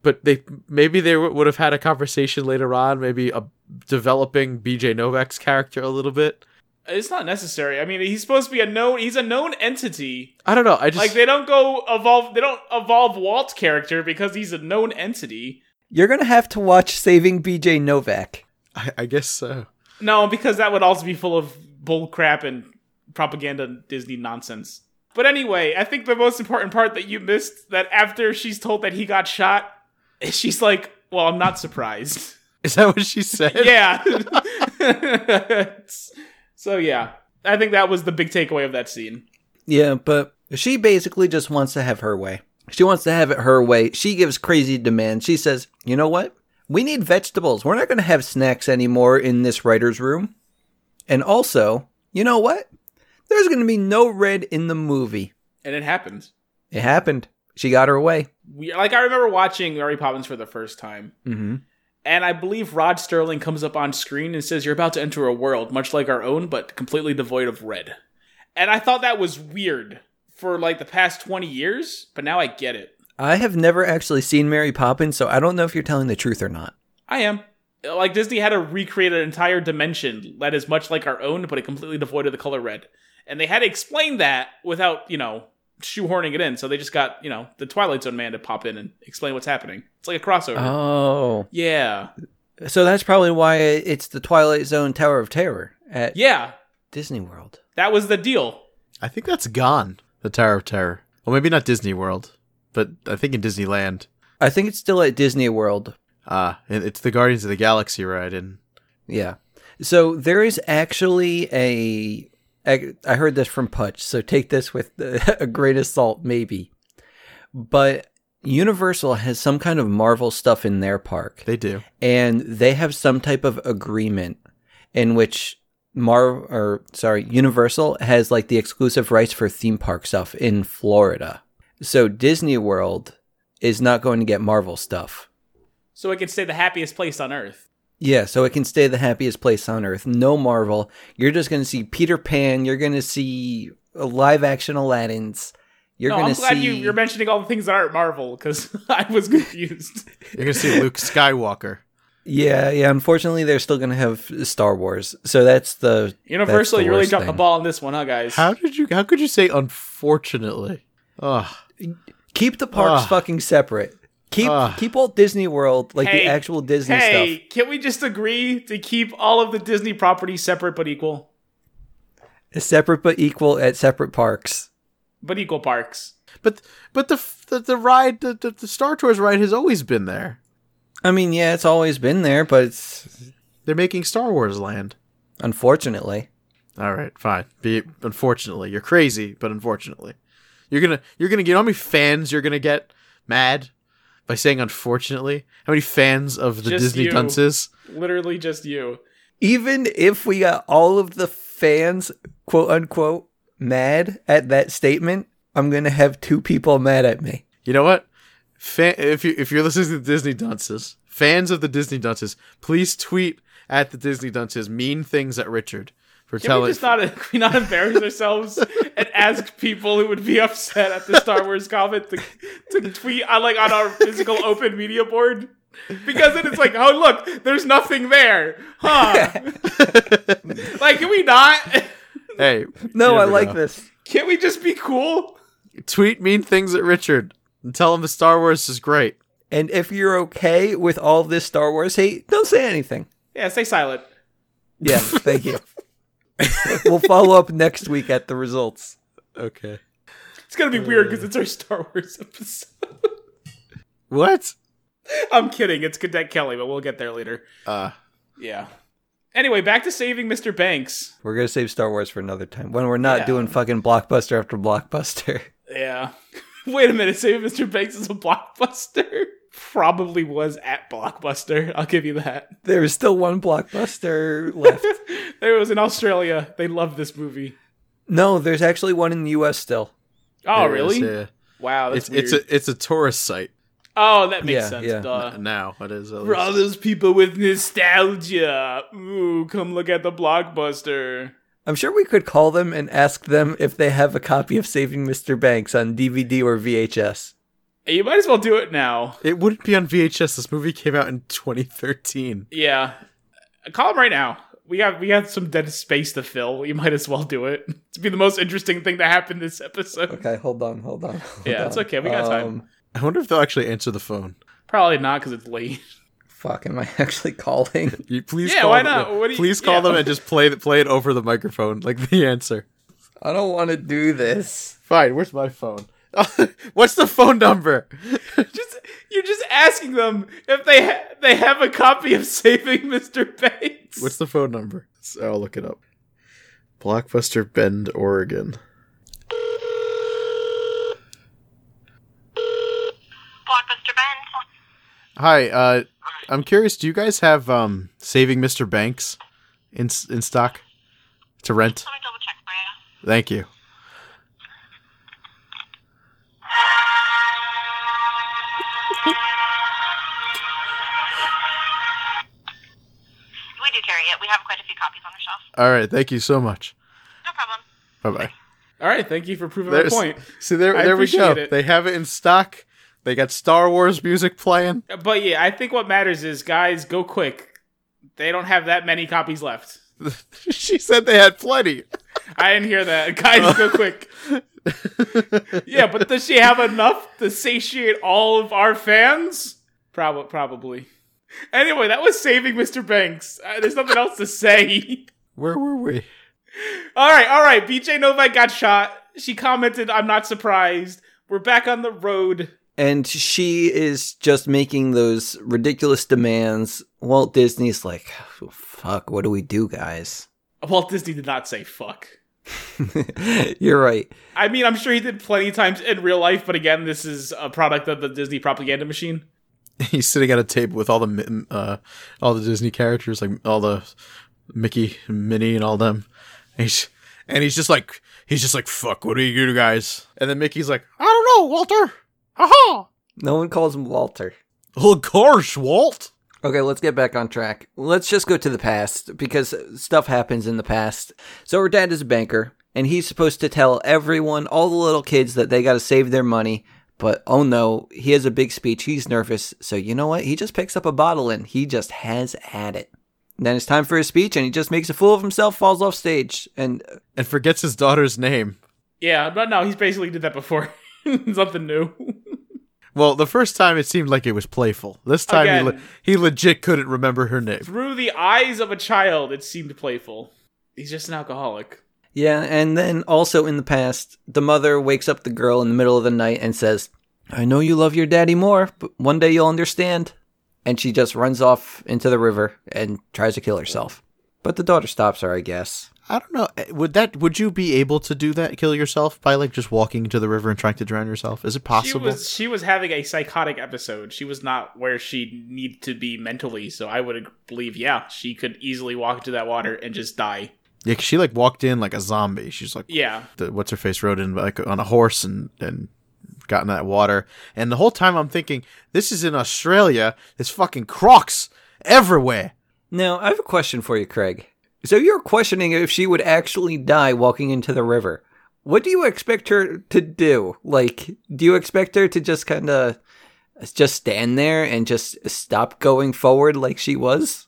Speaker 3: but they maybe they w- would have had a conversation later on, maybe a, developing BJ Novak's character a little bit.
Speaker 4: it's not necessary. I mean, he's supposed to be a known. He's a known entity.
Speaker 3: I don't know. I just
Speaker 4: Like they don't go evolve. They don't evolve Walt's character because he's a known entity.
Speaker 2: You're gonna have to watch Saving B.J. Novak.
Speaker 3: I, I guess so.
Speaker 4: No, because that would also be full of bull crap and propaganda and Disney nonsense. But anyway, I think the most important part that you missed that after she's told that he got shot, she's like, "Well, I'm not surprised."
Speaker 3: Is that what she said?
Speaker 4: yeah. so yeah, I think that was the big takeaway of that scene.
Speaker 2: Yeah, but she basically just wants to have her way. She wants to have it her way. She gives crazy demands. She says, "You know what? We need vegetables. We're not gonna have snacks anymore in this writer's room." And also, you know what? There's gonna be no red in the movie.
Speaker 4: And it happened.
Speaker 2: It happened. She got her way.
Speaker 4: We like I remember watching Mary Poppins for the first time.
Speaker 2: Mm-hmm.
Speaker 4: And I believe Rod Sterling comes up on screen and says, You're about to enter a world much like our own, but completely devoid of red. And I thought that was weird for like the past 20 years, but now I get it.
Speaker 2: I have never actually seen Mary Poppins, so I don't know if you're telling the truth or not.
Speaker 4: I am. Like Disney had to recreate an entire dimension that is much like our own, but it completely devoid of the color red. And they had to explain that without, you know, shoehorning it in. So they just got, you
Speaker 2: Uh-huh.
Speaker 4: know, the Twilight Zone man to pop in and explain what's happening. It's like a crossover.
Speaker 2: Oh,
Speaker 4: yeah.
Speaker 2: So that's probably why it's the Twilight Zone Tower of Terror at
Speaker 4: Yeah,
Speaker 2: Disney World.
Speaker 4: that was the deal.
Speaker 3: I think that's gone. The Tower of Terror. Well, maybe not Disney World, but I think in Disneyland.
Speaker 2: I think it's still at Disney World.
Speaker 3: Uh, and it's the Guardians of the Galaxy ride, and
Speaker 2: Yeah. So there is actually a. I I heard this from Putch, so take this with a grain of salt, maybe. But Universal has some kind of Marvel stuff in their park.
Speaker 3: they do.
Speaker 2: and they have some type of agreement in which Marv or sorry, Universal has like the exclusive rights for theme park stuff in Florida. So Disney World is not going to get Marvel stuff.
Speaker 4: So it could stay the happiest place on earth.
Speaker 2: Yeah, so it can stay the happiest place on earth. No Marvel. You're just going to see Peter Pan. You're going to see live action Aladdin's. You're
Speaker 4: no,
Speaker 2: going
Speaker 4: I'm
Speaker 2: to
Speaker 4: glad
Speaker 2: see.
Speaker 4: you, you're mentioning all the things that aren't Marvel because I was confused.
Speaker 3: You're gonna see Luke Skywalker.
Speaker 2: yeah, yeah. Unfortunately, they're still going to have Star Wars. So that's the
Speaker 4: Universal,
Speaker 2: the
Speaker 4: you really
Speaker 2: worst
Speaker 4: jumped the
Speaker 2: thing.
Speaker 4: ball on this one, huh, guys?
Speaker 3: How did you? How could you say unfortunately? Ugh.
Speaker 2: Keep the parks
Speaker 3: Ugh.
Speaker 2: fucking separate. Keep
Speaker 3: Ugh.
Speaker 2: keep Walt Disney World like
Speaker 4: Hey,
Speaker 2: the actual Disney
Speaker 4: Hey,
Speaker 2: stuff.
Speaker 4: can we just agree to keep all of the Disney properties separate but equal?
Speaker 2: Separate but equal at separate parks.
Speaker 4: But equal parks.
Speaker 3: But but the f- the, the ride the, the the Star Tours ride has always been there.
Speaker 2: I mean, yeah, it's always been there, but it's
Speaker 3: They're making Star Wars Land.
Speaker 2: unfortunately.
Speaker 3: All right, fine. Be unfortunately, you're crazy, but unfortunately, you're gonna you're gonna get you know how many fans you're gonna get mad by saying unfortunately. How many fans of the
Speaker 4: Just
Speaker 3: Disney
Speaker 4: you.
Speaker 3: dunces?
Speaker 4: Literally just you.
Speaker 2: Even if we got all of the fans quote unquote mad at that statement, I'm gonna have two people mad at me.
Speaker 3: You know what? Fan, if you if you're listening to the Disney dunces, fans of the Disney dunces, please tweet at the Disney dunces mean things at Richard for
Speaker 4: Can we
Speaker 3: telling
Speaker 4: just not, can we not embarrass ourselves and ask people who would be upset at the Star Wars comment to, to tweet on like on our physical open media board? Because then it's like, oh look, there's nothing there, huh? like, can we not?
Speaker 3: hey
Speaker 2: No,
Speaker 3: you
Speaker 2: I
Speaker 3: never
Speaker 2: like
Speaker 3: know.
Speaker 2: this.
Speaker 4: Can't we just be cool?
Speaker 3: tweet mean things at Richard and tell him the Star Wars is great.
Speaker 2: And if you're okay with all of this Star Wars hate, don't say anything.
Speaker 4: Yeah, stay silent.
Speaker 2: Yeah, thank you. we'll follow up next week at the results.
Speaker 3: Okay.
Speaker 4: It's gonna be weird because it's our Star Wars episode.
Speaker 3: What?
Speaker 4: I'm kidding. It's Cadet Kelly, but we'll get there later.
Speaker 3: Uh
Speaker 4: Yeah. Anyway, back to saving Mr. Banks.
Speaker 2: We're gonna save Star Wars for another time when we're not
Speaker 4: Yeah.
Speaker 2: doing fucking blockbuster after blockbuster.
Speaker 4: Yeah. Wait a minute. Saving Mr. Banks is a blockbuster. Probably was at Blockbuster. I'll give you that.
Speaker 2: There is still one blockbuster left.
Speaker 4: There was in Australia. They love this movie.
Speaker 2: No, there's actually one in the U.S. still.
Speaker 4: Oh,
Speaker 3: there it is,
Speaker 4: really?
Speaker 3: yeah.
Speaker 4: Wow, that's
Speaker 3: It's
Speaker 4: weird. Uh,
Speaker 3: it's a it's a tourist site
Speaker 4: oh, that makes
Speaker 2: Yeah,
Speaker 4: sense.
Speaker 2: yeah.
Speaker 4: Duh.
Speaker 3: now. It is. at
Speaker 4: For all
Speaker 3: least.
Speaker 4: those people with nostalgia, ooh, come look at the blockbuster.
Speaker 2: I'm sure we could call them and ask them if they have a copy of Saving Mr. Banks on DVD or VHS.
Speaker 4: You might as well do it now.
Speaker 3: It wouldn't be on VHS. This movie came out in 2013.
Speaker 4: Yeah. Call him right now. We have we have some dead space to fill. You might as well do it. It's be the most interesting thing to happen this episode.
Speaker 2: Okay, hold on, hold on. hold
Speaker 4: Yeah, it's
Speaker 2: on. Um,
Speaker 4: okay, we got time.
Speaker 3: I wonder if they'll actually answer the phone.
Speaker 4: Probably not because it's late.
Speaker 2: Fuck, am I actually calling?
Speaker 3: You please
Speaker 4: Yeah,
Speaker 3: call
Speaker 4: why
Speaker 3: them-
Speaker 4: not? What do you-
Speaker 3: please call
Speaker 4: yeah.
Speaker 3: them and just play the play it over the microphone like the answer.
Speaker 2: I don't want to do this.
Speaker 3: Fine. Where's my phone? What's the phone number?
Speaker 4: Just you're just asking them if they ha- they have a copy of Saving Mr. Bates.
Speaker 3: What's the phone number? So I'll look it up. Blockbuster Bend, Oregon.
Speaker 5: Blockbuster Bend.
Speaker 3: Hi, uh, I'm curious. Do you guys have um, Saving Mr. Banks in in stock to rent?
Speaker 5: Let me double check for you.
Speaker 3: Thank you.
Speaker 5: We do carry it. We have quite a few copies on the shelf.
Speaker 3: All right, thank you so much.
Speaker 5: No problem.
Speaker 3: Bye bye.
Speaker 4: All right, thank you for proving
Speaker 3: There's,
Speaker 4: my point.
Speaker 3: See there,
Speaker 4: I
Speaker 3: there we go.
Speaker 4: appreciate it.
Speaker 3: They have it in stock. They got Star Wars music playing.
Speaker 4: But yeah, I think what matters is guys go quick. They don't have that many copies left.
Speaker 3: she said they had plenty.
Speaker 4: I didn't hear that. Guys, go quick. yeah, but does she have enough to satiate all of our fans? Probably. Probably. Anyway, that was saving Mr. Banks. Uh, there's nothing else to say.
Speaker 3: Where were we?
Speaker 4: all right, all right. BJ Novak got shot. She commented, "I'm not surprised. We're back on the road."
Speaker 2: And she is just making those ridiculous demands. Walt Disney's like, fuck, what do we do, guys?
Speaker 4: Walt Disney did not say fuck.
Speaker 2: You're right.
Speaker 4: I mean, I'm sure he did plenty of times in real life, but again, this is a product of the Disney propaganda machine.
Speaker 3: He's sitting at a table with all the mi- uh, all the Disney characters, like all the Mickey, and Minnie, and all them. And he's and he's just like he's just like fuck. What do you do, guys? And then Mickey's like, I don't know, Walter. Haha.
Speaker 2: No one calls him Walter.
Speaker 3: Well, gosh, Walt.
Speaker 2: Okay, let's get back on track. Let's just go to the past because stuff happens in the past. So her dad is a banker and he's supposed to tell everyone, all the little kids that they got to save their money. But oh no, he has a big speech. He's nervous. So you know what? He just picks up a bottle and he just has at it. And then it's time for his speech and he just makes a fool of himself, falls off stage. And
Speaker 3: And forgets his daughter's name.
Speaker 4: Yeah, but no, he's basically did that before. Something new.
Speaker 3: Well, the first time it seemed like it was playful. This time he, le-
Speaker 4: Again.
Speaker 3: he legit couldn't remember her name.
Speaker 4: Through the eyes of a child, it seemed playful. He's just an alcoholic.
Speaker 2: yeah, and then also in the past, the mother wakes up the girl in the middle of the night and says, I know you love your daddy more, but one day you'll understand. And she just runs off into the river and tries to kill herself. But the daughter stops her, I guess.
Speaker 3: I don't know. eh, Would that would you be able to do that? Kill yourself by like just walking into the river and trying to drown yourself? Is it possible?
Speaker 4: She was she was having a psychotic episode. She was not where she needed to be mentally, so I would believe yeah, she could easily walk into that water and just die.
Speaker 3: Yeah, 'cause she like walked in like a zombie. She's like,
Speaker 4: Yeah.
Speaker 3: the, what's her face rode in like on a horse and and got in that water. And the whole time I'm thinking, this is in Australia. There's fucking crocs everywhere.
Speaker 2: Now, I have a question for you, Craig. So you're questioning if she would actually die walking into the river. What do you expect her to do? Like, do you expect her to just kind of just stand there and just stop going forward like she was?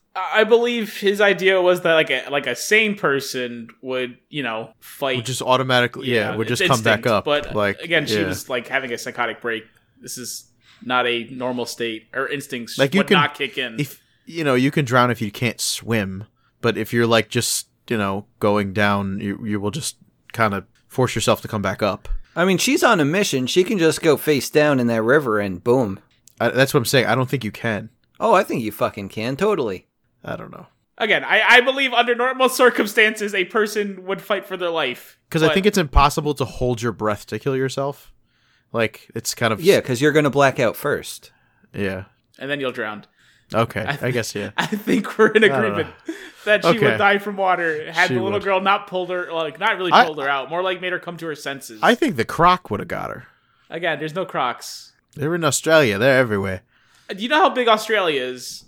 Speaker 4: I I believe his idea was that like a like a sane person would, you know, fight
Speaker 3: Would just automatically, yeah, would
Speaker 4: it's
Speaker 3: just come back
Speaker 4: instinct,
Speaker 3: up.
Speaker 4: But uh,
Speaker 3: like
Speaker 4: again, she
Speaker 3: yeah.
Speaker 4: was like having a psychotic break. This is not a normal state. Her instincts
Speaker 3: Like, you
Speaker 4: would
Speaker 3: can-
Speaker 4: not kick in.
Speaker 3: if you know you can drown if you can't swim but if you're like just you know going down you, you will just kind of force yourself to come back up
Speaker 2: I mean, she's on a mission. She can just go face down in that river and boom.
Speaker 3: I, that's what i'm saying i don't think you can
Speaker 2: Oh, I think you fucking can, totally.
Speaker 3: i don't know
Speaker 4: again, I, I believe under normal circumstances, a person would fight for their life.
Speaker 3: because i
Speaker 4: But-
Speaker 3: think it's impossible to hold your breath to kill yourself like it's kind of
Speaker 2: Yeah, because you're going to black out first.
Speaker 3: yeah
Speaker 4: and then you'll drown.
Speaker 3: okay
Speaker 4: I
Speaker 3: i,
Speaker 4: think-
Speaker 3: guess yeah
Speaker 4: I think we're in
Speaker 3: don't
Speaker 4: agreement that she would
Speaker 3: Okay.
Speaker 4: die from water had
Speaker 3: She
Speaker 4: the little
Speaker 3: would.
Speaker 4: girl not pulled her, like not really
Speaker 3: I-
Speaker 4: pulled her out, more like made her come to her senses.
Speaker 3: i think the croc would have got her
Speaker 4: Again, there's no Crocs.
Speaker 3: they're in australia they're everywhere
Speaker 4: Do you know how big Australia is?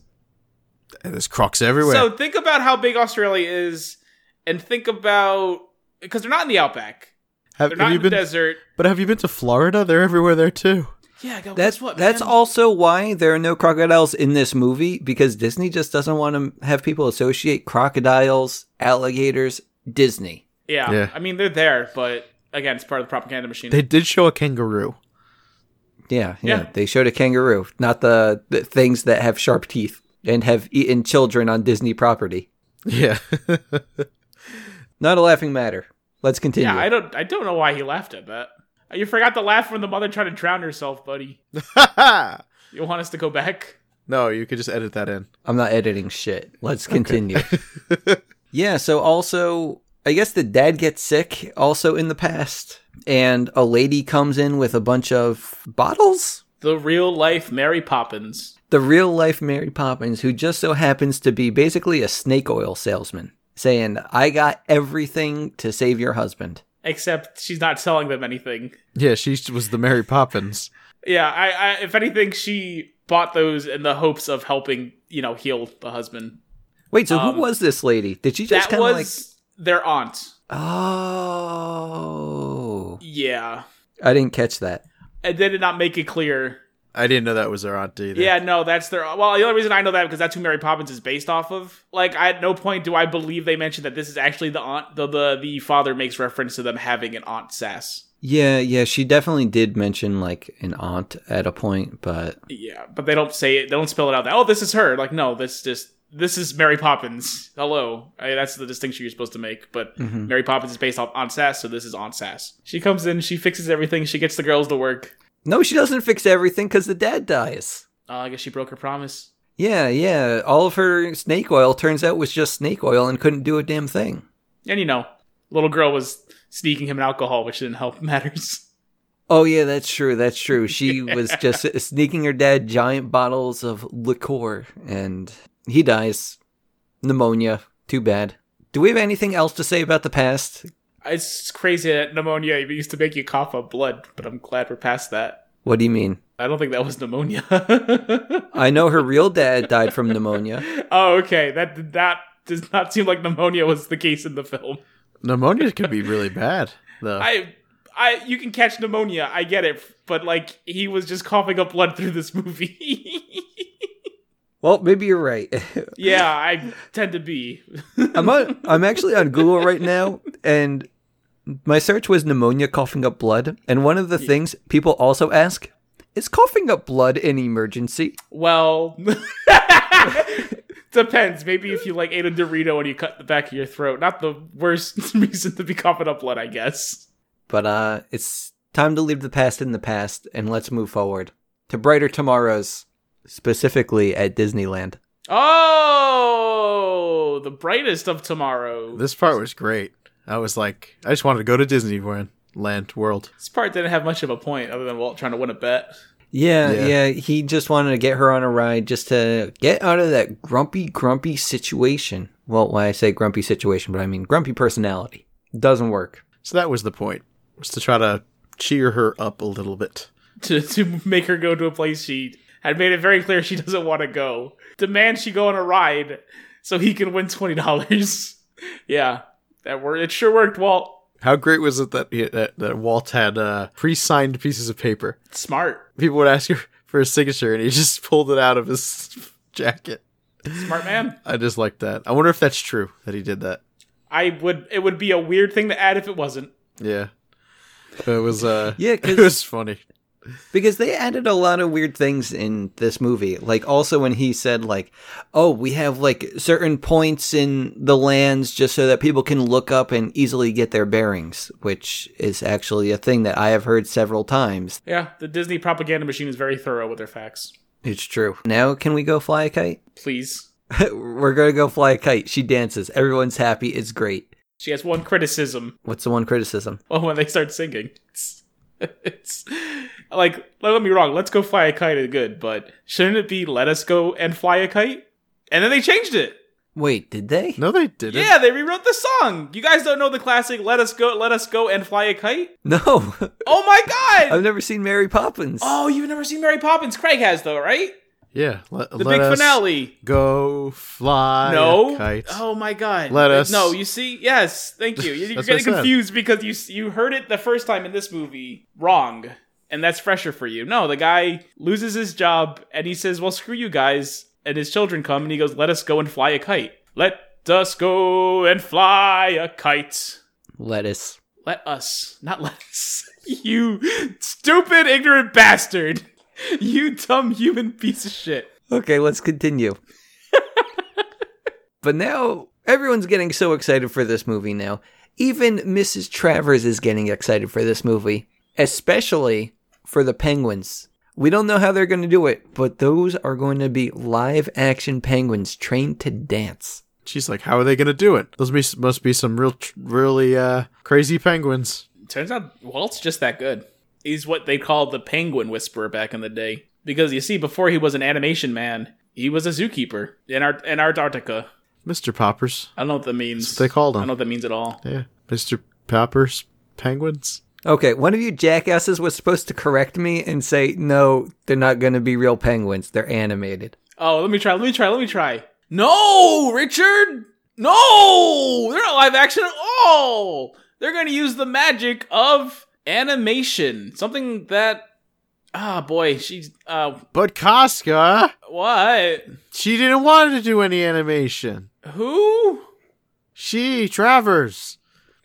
Speaker 3: And there's crocs everywhere
Speaker 4: So think about how big Australia is, and think about because they're not in the outback.
Speaker 3: have,
Speaker 4: They're
Speaker 3: have
Speaker 4: not
Speaker 3: you
Speaker 4: in the
Speaker 3: been
Speaker 4: desert.
Speaker 3: but have you been to florida they're everywhere there too
Speaker 4: Yeah, go,
Speaker 2: That's
Speaker 4: guess what.
Speaker 2: That's
Speaker 4: man?
Speaker 2: also why there are no crocodiles in this movie because Disney just doesn't want to have people associate crocodiles, alligators, Disney.
Speaker 4: Yeah.
Speaker 3: Yeah.
Speaker 4: I mean, they're there, but again, it's part of the propaganda machine.
Speaker 3: they did show a kangaroo
Speaker 2: Yeah, yeah.
Speaker 4: Yeah.
Speaker 2: They showed a kangaroo, not the, the things that have sharp teeth and have eaten children on Disney property.
Speaker 3: yeah
Speaker 2: Not a laughing matter. Let's continue.
Speaker 4: yeah, I don't. I don't know why he laughed at that. You forgot the laugh when the mother tried to drown herself, buddy. You want us to go back?
Speaker 3: No, you could just edit that in.
Speaker 2: I'm not editing shit. Let's continue. yeah, so also, I guess the dad gets sick also in the past, and a lady comes in with a bunch of bottles?
Speaker 4: The real life Mary Poppins.
Speaker 2: The real life Mary Poppins, who just so happens to be basically a snake oil salesman, saying, I got everything to save your husband.
Speaker 4: except she's not selling them anything.
Speaker 3: Yeah, she was the Mary Poppins.
Speaker 4: Yeah, I, I if anything, she bought those in the hopes of helping, you know, heal the husband.
Speaker 2: Wait, so
Speaker 4: Um,
Speaker 2: who was this lady? Did she just
Speaker 4: that
Speaker 2: kind of like.
Speaker 4: was their aunt.
Speaker 2: Oh.
Speaker 4: Yeah,
Speaker 2: I didn't catch that.
Speaker 4: and they did not make it clear.
Speaker 3: I didn't know that was their aunt either.
Speaker 4: Yeah, no, that's their. Well, the only reason I know that because that's who Mary Poppins is based off of. Like, I, at no point do I believe they mentioned that this is actually the aunt. The the, the father makes reference to them having an aunt Sass.
Speaker 2: Yeah, yeah, she definitely did mention like an aunt at a point, but
Speaker 4: Yeah, but they don't say it. They don't spell it out. That oh, this is her. Like, no, this just this is Mary Poppins. Hello, I, that's the distinction you're supposed to make. But
Speaker 2: Mm-hmm.
Speaker 4: Mary Poppins is based off Aunt Sass, so this is Aunt Sass. She comes in, she fixes everything, she gets the girls to work.
Speaker 2: no, she doesn't fix everything because the dad dies.
Speaker 4: Oh, I guess she broke her promise.
Speaker 2: Yeah, yeah, all of her snake oil turns out was just snake oil and couldn't do a damn thing.
Speaker 4: And you know, little girl was sneaking him alcohol, which didn't help matters.
Speaker 2: Oh yeah, that's true. That's true. She was just sneaking her dad giant bottles of liqueur, and he dies. Pneumonia. Too bad. Do we have anything else to say about the past?
Speaker 4: It's crazy that pneumonia used to make you cough up blood, but I'm glad we're past that.
Speaker 2: What do you mean?
Speaker 4: I don't think that was pneumonia.
Speaker 2: I know her real dad died from pneumonia.
Speaker 4: oh, okay. That did that does not seem like pneumonia was the case in the film.
Speaker 3: Pneumonia can be really bad, though.
Speaker 4: I I you can catch pneumonia, I get it, but like he was just coughing up blood through this movie.
Speaker 2: Well, maybe you're right.
Speaker 4: yeah, I tend to be.
Speaker 2: I'm on, I'm actually on Google right now, and my search was pneumonia coughing up blood. And one of the things people also ask is coughing up blood an emergency?
Speaker 4: Well, depends. Maybe if you like ate a Dorito and you cut the back of your throat, not the worst reason to be coughing up blood, I guess.
Speaker 2: But uh, it's time to leave the past in the past and let's move forward to brighter tomorrows, specifically at Disneyland.
Speaker 4: Oh, the brightest of tomorrow. This,
Speaker 3: this part was great. I was like, I just wanted to go to Disneyland Land World.
Speaker 4: part didn't have much of a point other than Walt trying to win a bet.
Speaker 2: Yeah, yeah,
Speaker 3: Yeah.
Speaker 2: He just wanted to get her on a ride just to get out of that grumpy, grumpy situation. Well, when I say grumpy situation, but I mean grumpy personality. Doesn't work.
Speaker 3: So that was the point, was to try to cheer her up a little bit.
Speaker 4: to, to make her go to a place she had made it very clear she doesn't want to go. Demand she go on a ride so he can win twenty dollars. yeah, that worked. It sure worked, Walt.
Speaker 3: How great was it that that, that Walt had uh, pre-signed pieces of paper?
Speaker 4: Smart,
Speaker 3: People would ask her for a signature, and he just pulled it out of his jacket.
Speaker 4: smart man.
Speaker 3: I just like that. I wonder if that's true that he did that.
Speaker 4: I would. It would be a weird thing to add if it wasn't.
Speaker 3: Yeah, But it was. Uh,
Speaker 2: Yeah, 'cause-
Speaker 3: it was funny.
Speaker 2: Because they added a lot of weird things in this movie. Like also when he said like, "Oh, we have like certain points in the lands just so that people can look up and easily get their bearings," which is actually a thing that I have heard several times.
Speaker 4: Yeah, the Disney propaganda machine is very thorough with their facts.
Speaker 2: It's true. Now can we go fly a kite?
Speaker 4: Please.
Speaker 2: We're going to go fly a kite. She dances. Everyone's happy. It's great.
Speaker 4: She has one criticism.
Speaker 2: What's the one criticism?
Speaker 4: Well, when they start singing, it's, it's like don't get me wrong. Let's go fly a kite is good, but shouldn't it be let us go and fly a kite? And then they changed it.
Speaker 2: Wait, did they?
Speaker 3: No, they didn't.
Speaker 4: Yeah, they rewrote the song. You guys don't know the classic "Let us go, let us go and fly a kite."
Speaker 2: No.
Speaker 4: Oh my god!
Speaker 2: I've never seen Mary Poppins.
Speaker 4: Oh, you've never seen Mary Poppins? Craig has though, right?
Speaker 3: yeah. Let,
Speaker 4: The
Speaker 3: let
Speaker 4: big
Speaker 3: us
Speaker 4: finale.
Speaker 3: Go fly.
Speaker 4: No.
Speaker 3: a kite.
Speaker 4: Oh my god.
Speaker 3: Let us-
Speaker 4: No, you see? Yes. Thank you. You're
Speaker 3: That's
Speaker 4: getting
Speaker 3: what I said.
Speaker 4: confused because you s- you heard it the first time in this movie wrong, and that's fresher for you. No, the guy loses his job and he says, "Well, screw you guys." And his children come and he goes, "Let us go and fly a kite. Let us go and fly a kite."
Speaker 2: Lettuce.
Speaker 4: Let us, not let us. You stupid, ignorant bastard. You dumb human piece of shit.
Speaker 2: Okay, let's continue. but now everyone's getting so excited for this movie now. Even Mrs. Travers is getting excited for this movie, especially for the penguins. We don't know how they're going to do it, but those are going to be live action penguins trained to dance.
Speaker 3: She's like, how are they gonna do it? Those must must be some real, tr- really uh, crazy penguins.
Speaker 4: Turns out Walt's just that good. He's what they called the penguin whisperer back in the day. Because you see, before he was an animation man, he was a zookeeper in, Ar- in Antarctica.
Speaker 3: Mr. Poppers.
Speaker 4: I don't know what that means.
Speaker 3: what they called
Speaker 4: I
Speaker 3: him.
Speaker 4: don't know what that means at all.
Speaker 3: Yeah, Mr. Poppers penguins.
Speaker 2: Okay, one of you jackasses was supposed to correct me and say, no, they're not going to be real penguins. They're animated.
Speaker 4: Oh, let me try. Let me try. Let me try. No, Richard. No, they're not live action at all. They're going to use the magic of animation, something that Ah, boy, she's uh,
Speaker 3: But Casca,
Speaker 4: what?
Speaker 3: she didn't want to do any animation.
Speaker 4: Who?
Speaker 3: She Travers,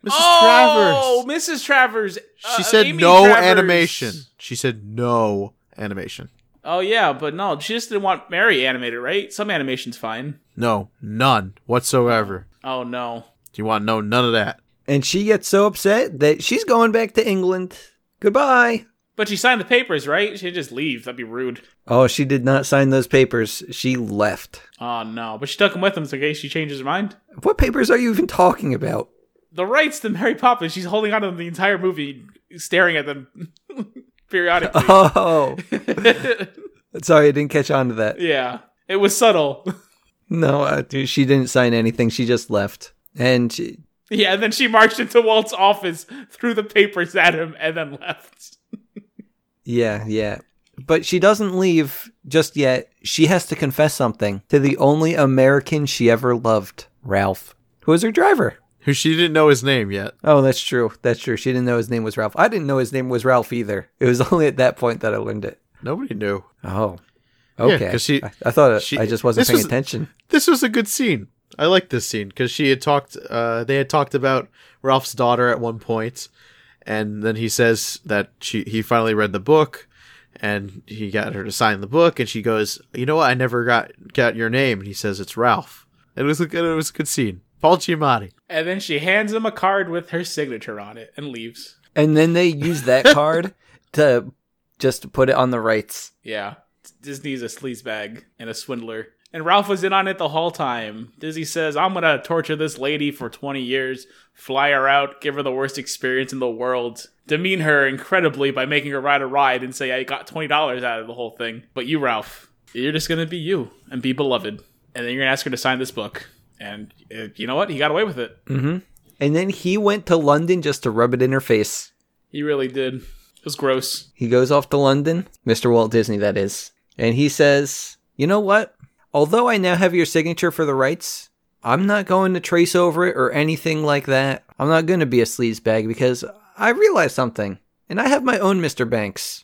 Speaker 3: Mrs.
Speaker 4: oh,
Speaker 3: Travers.
Speaker 4: Mrs. Travers.
Speaker 3: She
Speaker 4: Uh,
Speaker 3: said
Speaker 4: Amy
Speaker 3: no
Speaker 4: Travers.
Speaker 3: animation. She said no animation.
Speaker 4: Oh yeah, but no, she just didn't want Mary animated, right? Some animation's fine.
Speaker 3: No, none whatsoever.
Speaker 4: Oh no.
Speaker 3: Do you want to know none of that?
Speaker 2: And she gets so upset that she's going back to England. Goodbye.
Speaker 4: But she signed the papers, right? She just leave. That'd be rude.
Speaker 2: Oh, she did not sign those papers. She left.
Speaker 4: Oh no. But she took them with them so in case she changes her mind.
Speaker 2: What papers are you even talking about?
Speaker 4: The rights to Mary Poppins, she's holding on to them the entire movie, staring at them periodically.
Speaker 2: Oh, sorry, I didn't catch on to that.
Speaker 4: yeah. It was subtle.
Speaker 2: No, uh, dude, she didn't sign anything. She just left. And she,
Speaker 4: yeah, and then she marched into Walt's office, threw the papers at him, and then left.
Speaker 2: yeah, yeah. But she doesn't leave just yet. She has to confess something to the only American she ever loved, Ralph, who was her driver.
Speaker 3: Who she didn't know his name yet.
Speaker 2: Oh, that's true. That's true. She didn't know his name was Ralph. I didn't know his name was Ralph either. It was only at that point that I learned it.
Speaker 3: Nobody knew.
Speaker 2: Oh,
Speaker 3: Yeah,
Speaker 2: okay.
Speaker 3: 'cause she-
Speaker 2: I, I thought
Speaker 3: she-
Speaker 2: I just wasn't
Speaker 3: this
Speaker 2: paying
Speaker 3: was-
Speaker 2: attention.
Speaker 3: This was a good scene. I like this scene because she had talked. Uh, they had talked about Ralph's daughter at one point, and then he says that she he finally read the book, and he got her to sign the book, and she goes, "You know what? I never got got your name." And he says, "It's Ralph." It was a good. It was a good scene. Paul Giamatti.
Speaker 4: And then she hands him a card with her signature on it and leaves.
Speaker 2: And then they use that card to just put it on the rights.
Speaker 4: Yeah. Disney's a sleazebag and a swindler. And Ralph was in on it the whole time. Disney says, I'm going to torture this lady for 20 years, fly her out, give her the worst experience in the world, demean her incredibly by making her ride a ride and say, I got $20 out of the whole thing. But you, Ralph, you're just going to be you and be beloved. And then you're going to ask her to sign this book. And uh, you know what? He got away with it.
Speaker 2: And then he went to London just to rub it in her face.
Speaker 4: He really did. It was gross.
Speaker 2: He goes off to London, Mr. Walt Disney, that is. And he says, You know what? Although I now have your signature for the rights, I'm not going to trace over it or anything like that. I'm not going to be a sleazebag because I realize something. And I have my own Mr. Banks.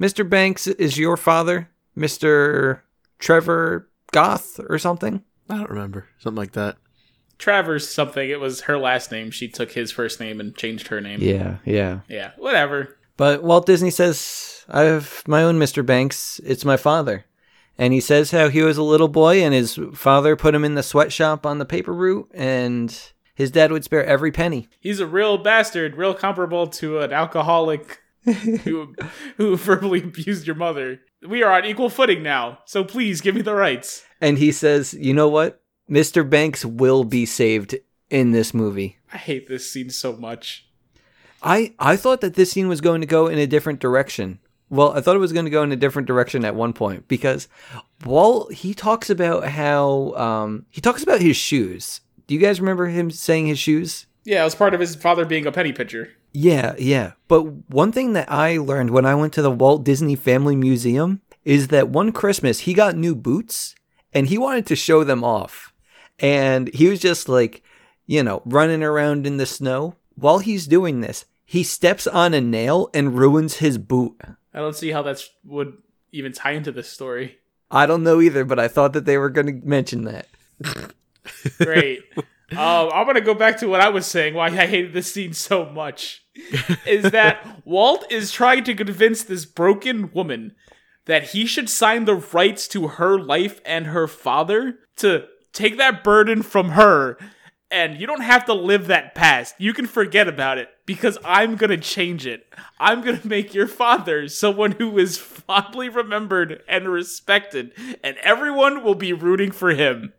Speaker 2: Mr. Banks is your father, Mr. Trevor Goth or something.
Speaker 3: I don't remember something like that.
Speaker 4: Travers something. It was her last name. She took his first name and changed her name.
Speaker 2: Yeah, yeah.
Speaker 4: yeah whatever.
Speaker 2: But Walt Disney says, I have my own Mr. Banks. It's my father. And he says how he was a little boy and his father put him in the sweatshop on the paper route and his dad would spare every penny.
Speaker 4: he's a real bastard, real comparable to an alcoholic who who verbally abused your mother. We are on equal footing now, so please give me the rights.
Speaker 2: And he says, You know what? Mr. Banks will be saved in this movie.
Speaker 4: I hate this scene so much.
Speaker 2: I, I thought that this scene was going to go in a different direction. Well, I thought it was going to go in a different direction at one point because Walt he talks about how um, he talks about his shoes. Do you guys remember him saying his shoes?
Speaker 4: Yeah, it was part of his father being a penny pitcher.
Speaker 2: Yeah, yeah. But one thing that I learned when I went to the Walt Disney Family Museum is that one Christmas he got new boots and he wanted to show them off. And he was just like, you know, running around in the snow. While he's doing this, he steps on a nail and ruins his boot.
Speaker 4: I don't see how that's would even tie into this story.
Speaker 2: I don't know either, but I thought that they were going to mention that.
Speaker 4: Great. um, I'm gonna go back to what I was saying. Why I hated this scene so much is that Walt is trying to convince this broken woman that he should sign the rights to her life and her father to take that burden from her. And you don't have to live that past. You can forget about it because I'm going to change it. I'm going to make your father someone who is fondly remembered and respected, and everyone will be rooting for him.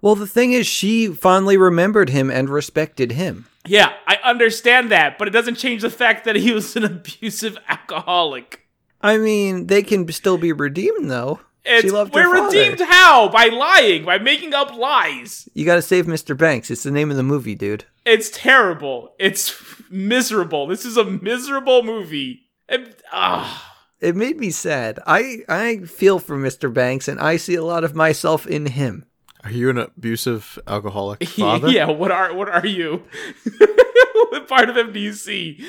Speaker 2: Well, the thing is, she fondly remembered him and respected him.
Speaker 4: Yeah, I understand that, but it doesn't change the fact that he was an abusive alcoholic.
Speaker 2: I mean, they can still be redeemed, though.
Speaker 4: It's,
Speaker 2: she loved her
Speaker 4: we're
Speaker 2: father.
Speaker 4: redeemed how? By lying, by making up lies.
Speaker 2: You gotta save Mr. Banks. It's the name of the movie, dude.
Speaker 4: It's terrible. It's miserable. This is a miserable movie. And, ah,
Speaker 2: It made me sad. I I feel for Mr. Banks, and I see a lot of myself in him.
Speaker 3: Are you an abusive alcoholic father?
Speaker 4: yeah. What are what are you? what part of him do you see?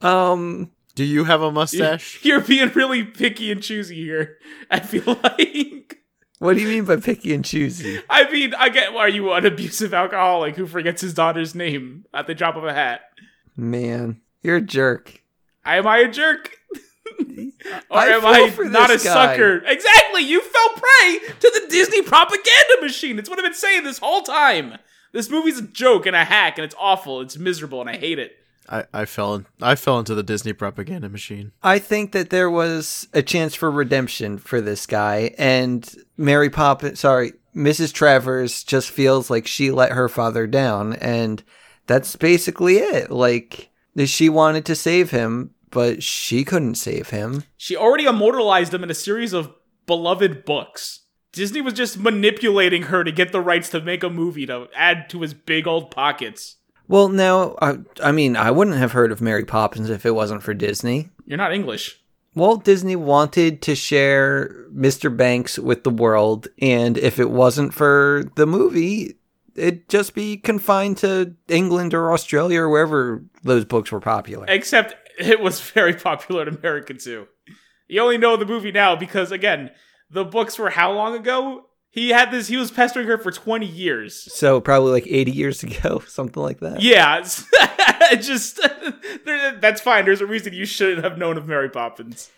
Speaker 2: Um,
Speaker 3: Do you have a mustache?
Speaker 4: You're being really picky and choosy here. I feel like.
Speaker 2: What do you mean by picky and choosy?
Speaker 4: I mean, I get. Are you an abusive alcoholic who forgets his daughter's name at the drop of a hat?
Speaker 2: Man, you're a jerk.
Speaker 4: Am I a jerk? or
Speaker 2: I
Speaker 4: am
Speaker 2: fell
Speaker 4: I
Speaker 2: for
Speaker 4: not a
Speaker 2: this guy.
Speaker 4: sucker? Exactly. You fell prey to the Disney propaganda machine. It's what I've been saying this whole time. This movie's a joke and a hack, and it's awful. It's miserable, and I hate it.
Speaker 3: I, I fell in, I fell into the Disney propaganda machine.
Speaker 2: I think that there was a chance for redemption for this guy, and Mary Poppins, sorry, Mrs. Travers just feels like she let her father down, and that's basically it. Like, she wanted to save him, but she couldn't save him.
Speaker 4: She already immortalized him in a series of beloved books. Disney was just manipulating her to get the rights to make a movie to add to his big old pockets.
Speaker 2: Well, now, I, I mean, I wouldn't have heard of Mary Poppins if it wasn't for Disney.
Speaker 4: You're not English.
Speaker 2: Walt Disney wanted to share Mr. Banks with the world, and if it wasn't for the movie, it'd just be confined to England or Australia or wherever those books were popular.
Speaker 4: Except it was very popular in America too. You only know the movie now because again, the books were how long ago? He had this he was pestering her for 20 years.
Speaker 2: So probably like 80 years ago, something like that.
Speaker 4: Yeah, it's- it just there- that's fine. There's a reason you shouldn't have known of Mary Poppins.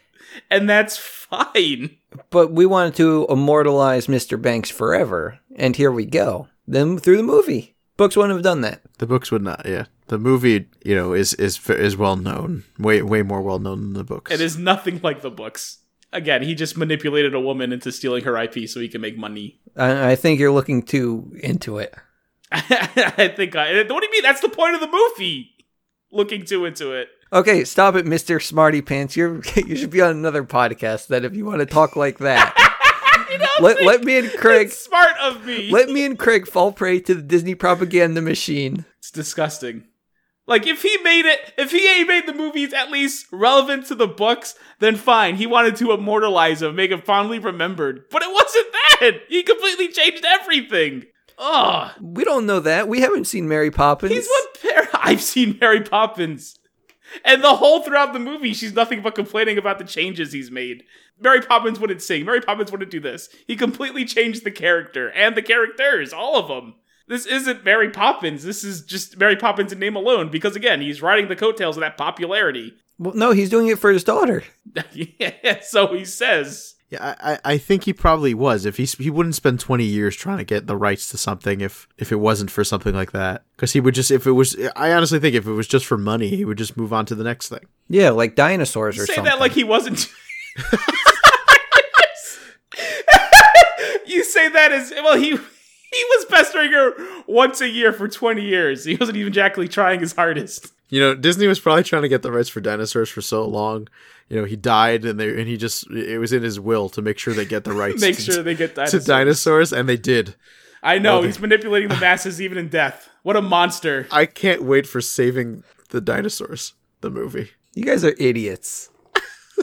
Speaker 4: And that's fine.
Speaker 2: But we wanted to immortalize Mr. Banks forever, and here we go. Then through the movie. Books wouldn't have done that.
Speaker 3: The books would not. Yeah, the movie you know is is fa- is well known, way way more well known than the books.
Speaker 4: It is nothing like the books. Again, he just manipulated a woman into stealing her IP so he can make money.
Speaker 2: I, I think you're looking too into it.
Speaker 4: I think I, what do you mean? That's the point of the movie. Looking too into it.
Speaker 2: Okay, stop it, Mister Smarty Pants. You you should be on another podcast. That if you want to talk like that,
Speaker 4: You know,
Speaker 2: let let me and Craig
Speaker 4: It's smart of me.
Speaker 2: let me and Craig fall prey to the Disney propaganda machine.
Speaker 4: It's disgusting. Like if he made it, if he ain't made the movies at least relevant to the books, then fine. He wanted to immortalize him, make him fondly remembered. But it wasn't that. He completely changed everything. Ugh.
Speaker 2: We don't know that. We haven't seen Mary Poppins.
Speaker 4: He's one pair. I've seen Mary Poppins. And the whole throughout the movie, she's nothing but complaining about the changes he's made. Mary Poppins wouldn't sing. Mary Poppins wouldn't do this. He completely changed the character and the characters, all of them. This isn't Mary Poppins. This is just Mary Poppins in name alone, because again, he's riding the coattails of that popularity.
Speaker 2: well, no, he's doing it for his daughter.
Speaker 4: yeah, so he says.
Speaker 3: Yeah, I, I- I think he probably was. If he s- he wouldn't spend twenty years trying to get the rights to something if if it wasn't for something like that, because he would just if it was. I honestly think if it was just for money, he would just move on to the next thing.
Speaker 2: Yeah, like dinosaurs or
Speaker 4: Say
Speaker 2: something.
Speaker 4: that like he wasn't. you say that as well. He he was pestering her once a year for twenty years. He wasn't even exactly trying his hardest.
Speaker 3: You know, Disney was probably trying to get the rights for dinosaurs for so long. You know, he died, and they and he just it was in his will to make sure they get the rights.
Speaker 4: Make
Speaker 3: to-
Speaker 4: sure they get
Speaker 3: to
Speaker 4: dinosaurs.
Speaker 3: dinosaurs, and they did.
Speaker 4: I know
Speaker 3: Okay.
Speaker 4: he's manipulating the masses even in death. What a monster!
Speaker 3: I can't wait for saving the dinosaurs. The movie.
Speaker 2: you guys are idiots.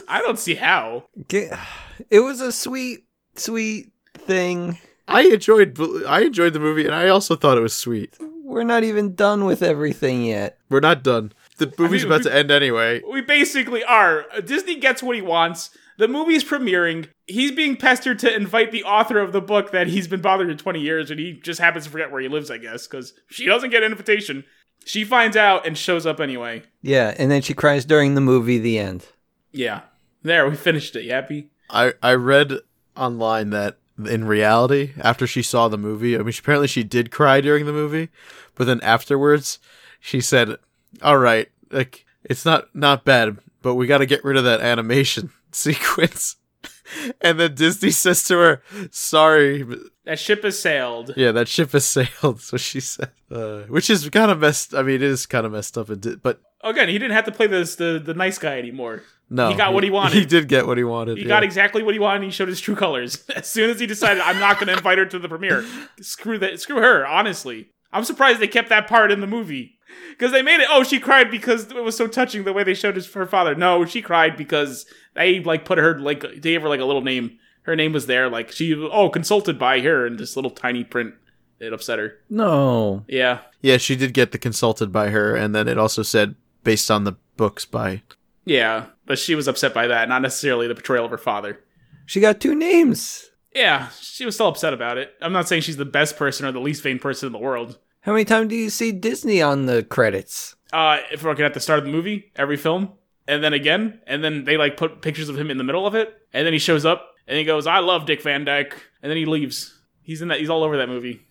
Speaker 4: I don't see how.
Speaker 2: Get- It was a sweet, sweet thing.
Speaker 3: I enjoyed. I enjoyed the movie, and I also thought it was sweet.
Speaker 2: We're not even done with everything yet.
Speaker 3: We're not done. The movie's
Speaker 4: mean,
Speaker 3: about
Speaker 4: we-
Speaker 3: to end anyway.
Speaker 4: We basically are. Uh, Disney gets what he wants. The movie's premiering. He's being pestered to invite the author of the book that he's been bothering for 20 years, and he just happens to forget where he lives, I guess, because she doesn't get an invitation. She finds out and shows up anyway.
Speaker 2: Yeah, and then she cries during the movie. The end.
Speaker 4: Yeah. There, we finished it. You happy?
Speaker 3: I I read online that in reality, after she saw the movie, I mean, she, apparently she did cry during the movie, but then afterwards, she said, "All right, like it's not not bad, but we got to get rid of that animation sequence." and then Disney says to her, "Sorry, but-
Speaker 4: That ship has sailed.
Speaker 3: yeah, that ship has sailed." So she said, uh, which is kind of messed. I mean, it is kind of messed up, and di- but
Speaker 4: Again, he didn't have to play this, the, the nice guy anymore.
Speaker 3: no,
Speaker 4: He got what he wanted.
Speaker 3: He did get what he wanted.
Speaker 4: He
Speaker 3: yeah.
Speaker 4: got exactly what he wanted. And he showed his true colors as soon as he decided I'm not going to invite her to the premiere. Screw that. Screw her. Honestly, I'm surprised they kept that part in the movie because they made it. Oh, she cried because it was so touching the way they showed his her father. No, she cried because they like put her like they gave her like a little name. Her name was there. Like she oh consulted by her in this little tiny print. It upset her.
Speaker 2: No.
Speaker 4: Yeah.
Speaker 3: Yeah, she did get the consulted by her, and then it also said based on the books by
Speaker 4: Yeah, but she was upset by that, not necessarily the portrayal of her father.
Speaker 2: She got two names.
Speaker 4: Yeah, she was still upset about it. I'm not saying she's the best person or the least vain person in the world.
Speaker 2: How many times do you see Disney on the credits?
Speaker 4: Uh, if we're looking at the start of the movie, every film, and then again, and then they like put pictures of him in the middle of it, and then he shows up and he goes, "I love Dick Van Dyke," and then he leaves. He's in that. He's all over that movie.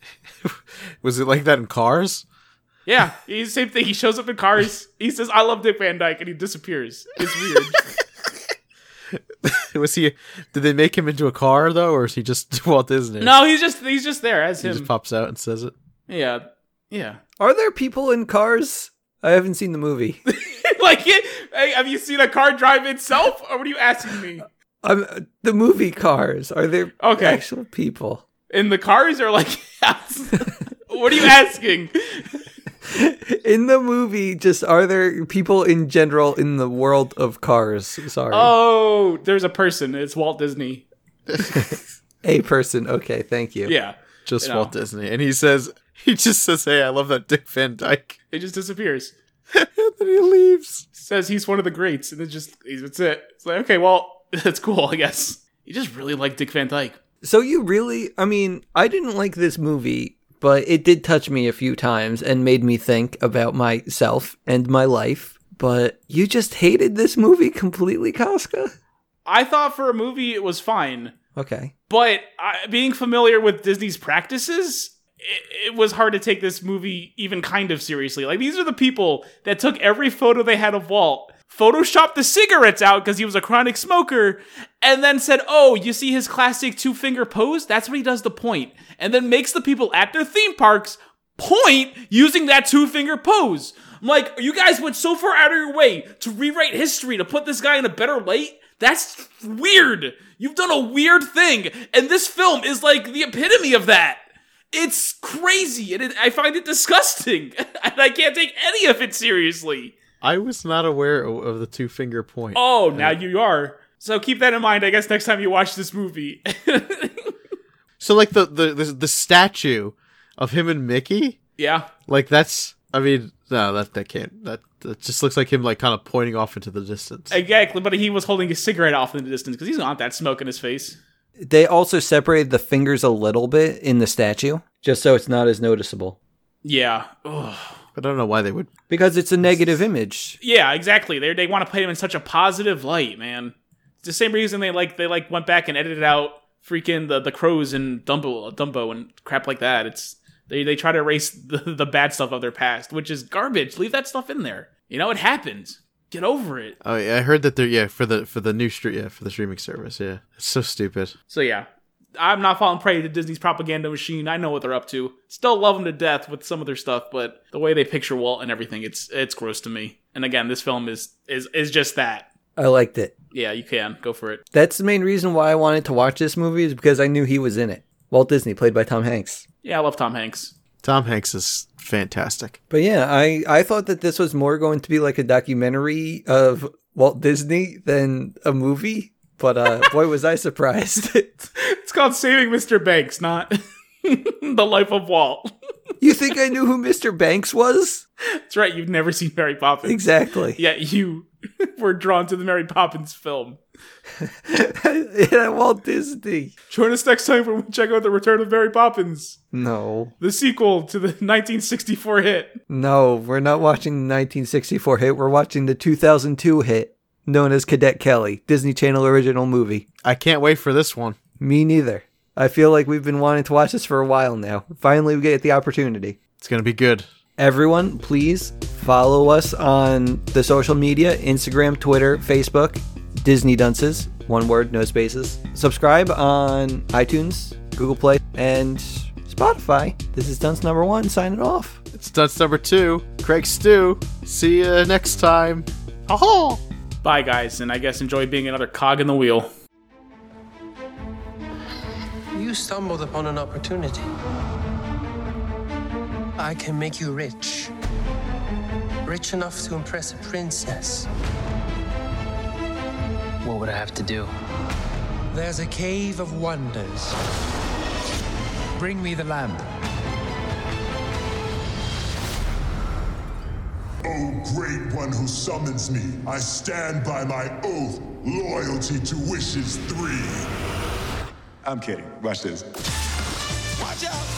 Speaker 3: Was it like that in Cars?
Speaker 4: Yeah, he's the same thing. He shows up in cars. He says, "I love Dick Van Dyke," and he disappears. It's weird.
Speaker 3: Was he? Did they make him into a car though, or is he just Walt Disney?
Speaker 4: no, he's just he's just there as
Speaker 3: he
Speaker 4: him.
Speaker 3: just pops out and says it.
Speaker 4: yeah, yeah.
Speaker 2: Are there people in cars? I haven't seen the movie.
Speaker 4: like, it, hey, have you seen a car drive itself, or what are you asking me?
Speaker 2: um, the movie Cars. Are there
Speaker 4: Okay.
Speaker 2: actual people?
Speaker 4: In the cars, or like, what are you asking?
Speaker 2: In the movie, just are there people in general in the world of Cars? Sorry.
Speaker 4: Oh, there's a person. It's Walt Disney.
Speaker 2: A person. Okay, thank you.
Speaker 4: Yeah,
Speaker 3: Just
Speaker 4: You know.
Speaker 3: Walt Disney, and he says he just says, "Hey, I love that Dick Van Dyke,"
Speaker 4: it just disappears.
Speaker 3: and then he leaves.
Speaker 4: Says he's one of the greats, and it just that's it. It's like, okay, well, that's cool, I guess. You just really like Dick Van Dyke.
Speaker 2: So you really, I mean, I didn't like this movie, but it did touch me a few times and made me think about myself and my life. But you just hated this movie completely, Casca?
Speaker 4: I thought for a movie it was fine,
Speaker 2: Okay.
Speaker 4: but I, being familiar with Disney's practices, it, it was hard to take this movie even kind of seriously. Like these are the people that took every photo they had of Walt, photoshopped the cigarettes out because he was a chronic smoker, and then said, "Oh, you see his classic two finger pose? That's what he does. The point," and then makes the people at their theme parks point using that two finger pose. I'm like, you guys went so far out of your way to rewrite history to put this guy in a better light. That's weird. You've done a weird thing, and this film is like the epitome of that. It's crazy, and it, I find it disgusting, and I can't take any of it seriously.
Speaker 3: I was not aware o- of the two finger point.
Speaker 4: Oh, now you are. So keep that in mind, I guess, next time you watch this movie.
Speaker 3: So like the, the the the statue of him and Mickey,
Speaker 4: yeah.
Speaker 3: like that's. I mean, no, that that can't. That that just looks like him, like kind of pointing off into the distance.
Speaker 4: Exactly, but he was holding his cigarette off in the distance because he's not that smoke in his face.
Speaker 2: They also separated the fingers a little bit in the statue, just so it's not as noticeable.
Speaker 4: Yeah. Ugh.
Speaker 3: I don't know why they would.
Speaker 2: Because it's a negative image.
Speaker 4: Yeah, exactly. They they want to put him in such a positive light, man. It's the same reason they like they like went back and edited out freaking the the crows and Dumbo Dumbo and crap like that. It's they they try to erase the, the bad stuff of their past, which is garbage. Leave that stuff in there. You know it happens. Get over it.
Speaker 3: Oh, yeah, I heard that they're yeah for the for the new street yeah for the streaming service yeah. It's so stupid.
Speaker 4: So yeah, I'm not falling prey to Disney's propaganda machine. I know what they're up to. Still love them to death with some of their stuff, but the way they picture Walt and everything, it's it's gross to me. And again, this film is is is just that.
Speaker 2: I liked it.
Speaker 4: Yeah, you can go for it.
Speaker 2: That's the main reason why I wanted to watch this movie, is because I knew he was in it. Walt Disney, played by Tom Hanks.
Speaker 4: Yeah, I love Tom Hanks.
Speaker 3: Tom Hanks is fantastic.
Speaker 2: But yeah, I I thought that this was more going to be like a documentary of Walt Disney than a movie. But uh, boy, was I surprised!
Speaker 4: It's called Saving Mr. Banks, not The Life of Walt.
Speaker 2: you think I knew who Mr. Banks was?
Speaker 4: That's right, you've never seen Mary Poppins.
Speaker 2: Exactly.
Speaker 4: Yet you were drawn to the Mary Poppins film.
Speaker 2: yeah, Walt Disney.
Speaker 4: Join us next time when we check out The Return of Mary Poppins,
Speaker 2: No,
Speaker 4: the sequel to the 1964 hit.
Speaker 2: no, we're not watching the 1964 hit. We're watching the 2002 hit known as Cadet Kelly, Disney Channel original movie.
Speaker 3: I can't wait for this one.
Speaker 2: Me neither. I feel like we've been wanting to watch this for a while now. Finally, we get the opportunity.
Speaker 3: It's gonna be good.
Speaker 2: Everyone, please follow us on the social media Instagram, Twitter, Facebook, Disney Dunces, one word, no spaces. Subscribe on iTunes, Google Play, and Spotify. This is Dunce number one, signing off.
Speaker 3: It's Dunce number two. Craig Stew. See you next time. Ha ha.
Speaker 4: Bye, guys, and I guess enjoy being another cog in the wheel.
Speaker 6: You stumbled upon an opportunity. I can make you rich. Rich enough to impress a princess.
Speaker 7: What would I have to do?
Speaker 6: There's a cave of wonders.
Speaker 7: Bring me the lamp. O great one who summons me, I stand by my oath, loyalty to wishes three.
Speaker 8: I'm kidding. Watch this.
Speaker 9: Watch out! Uh,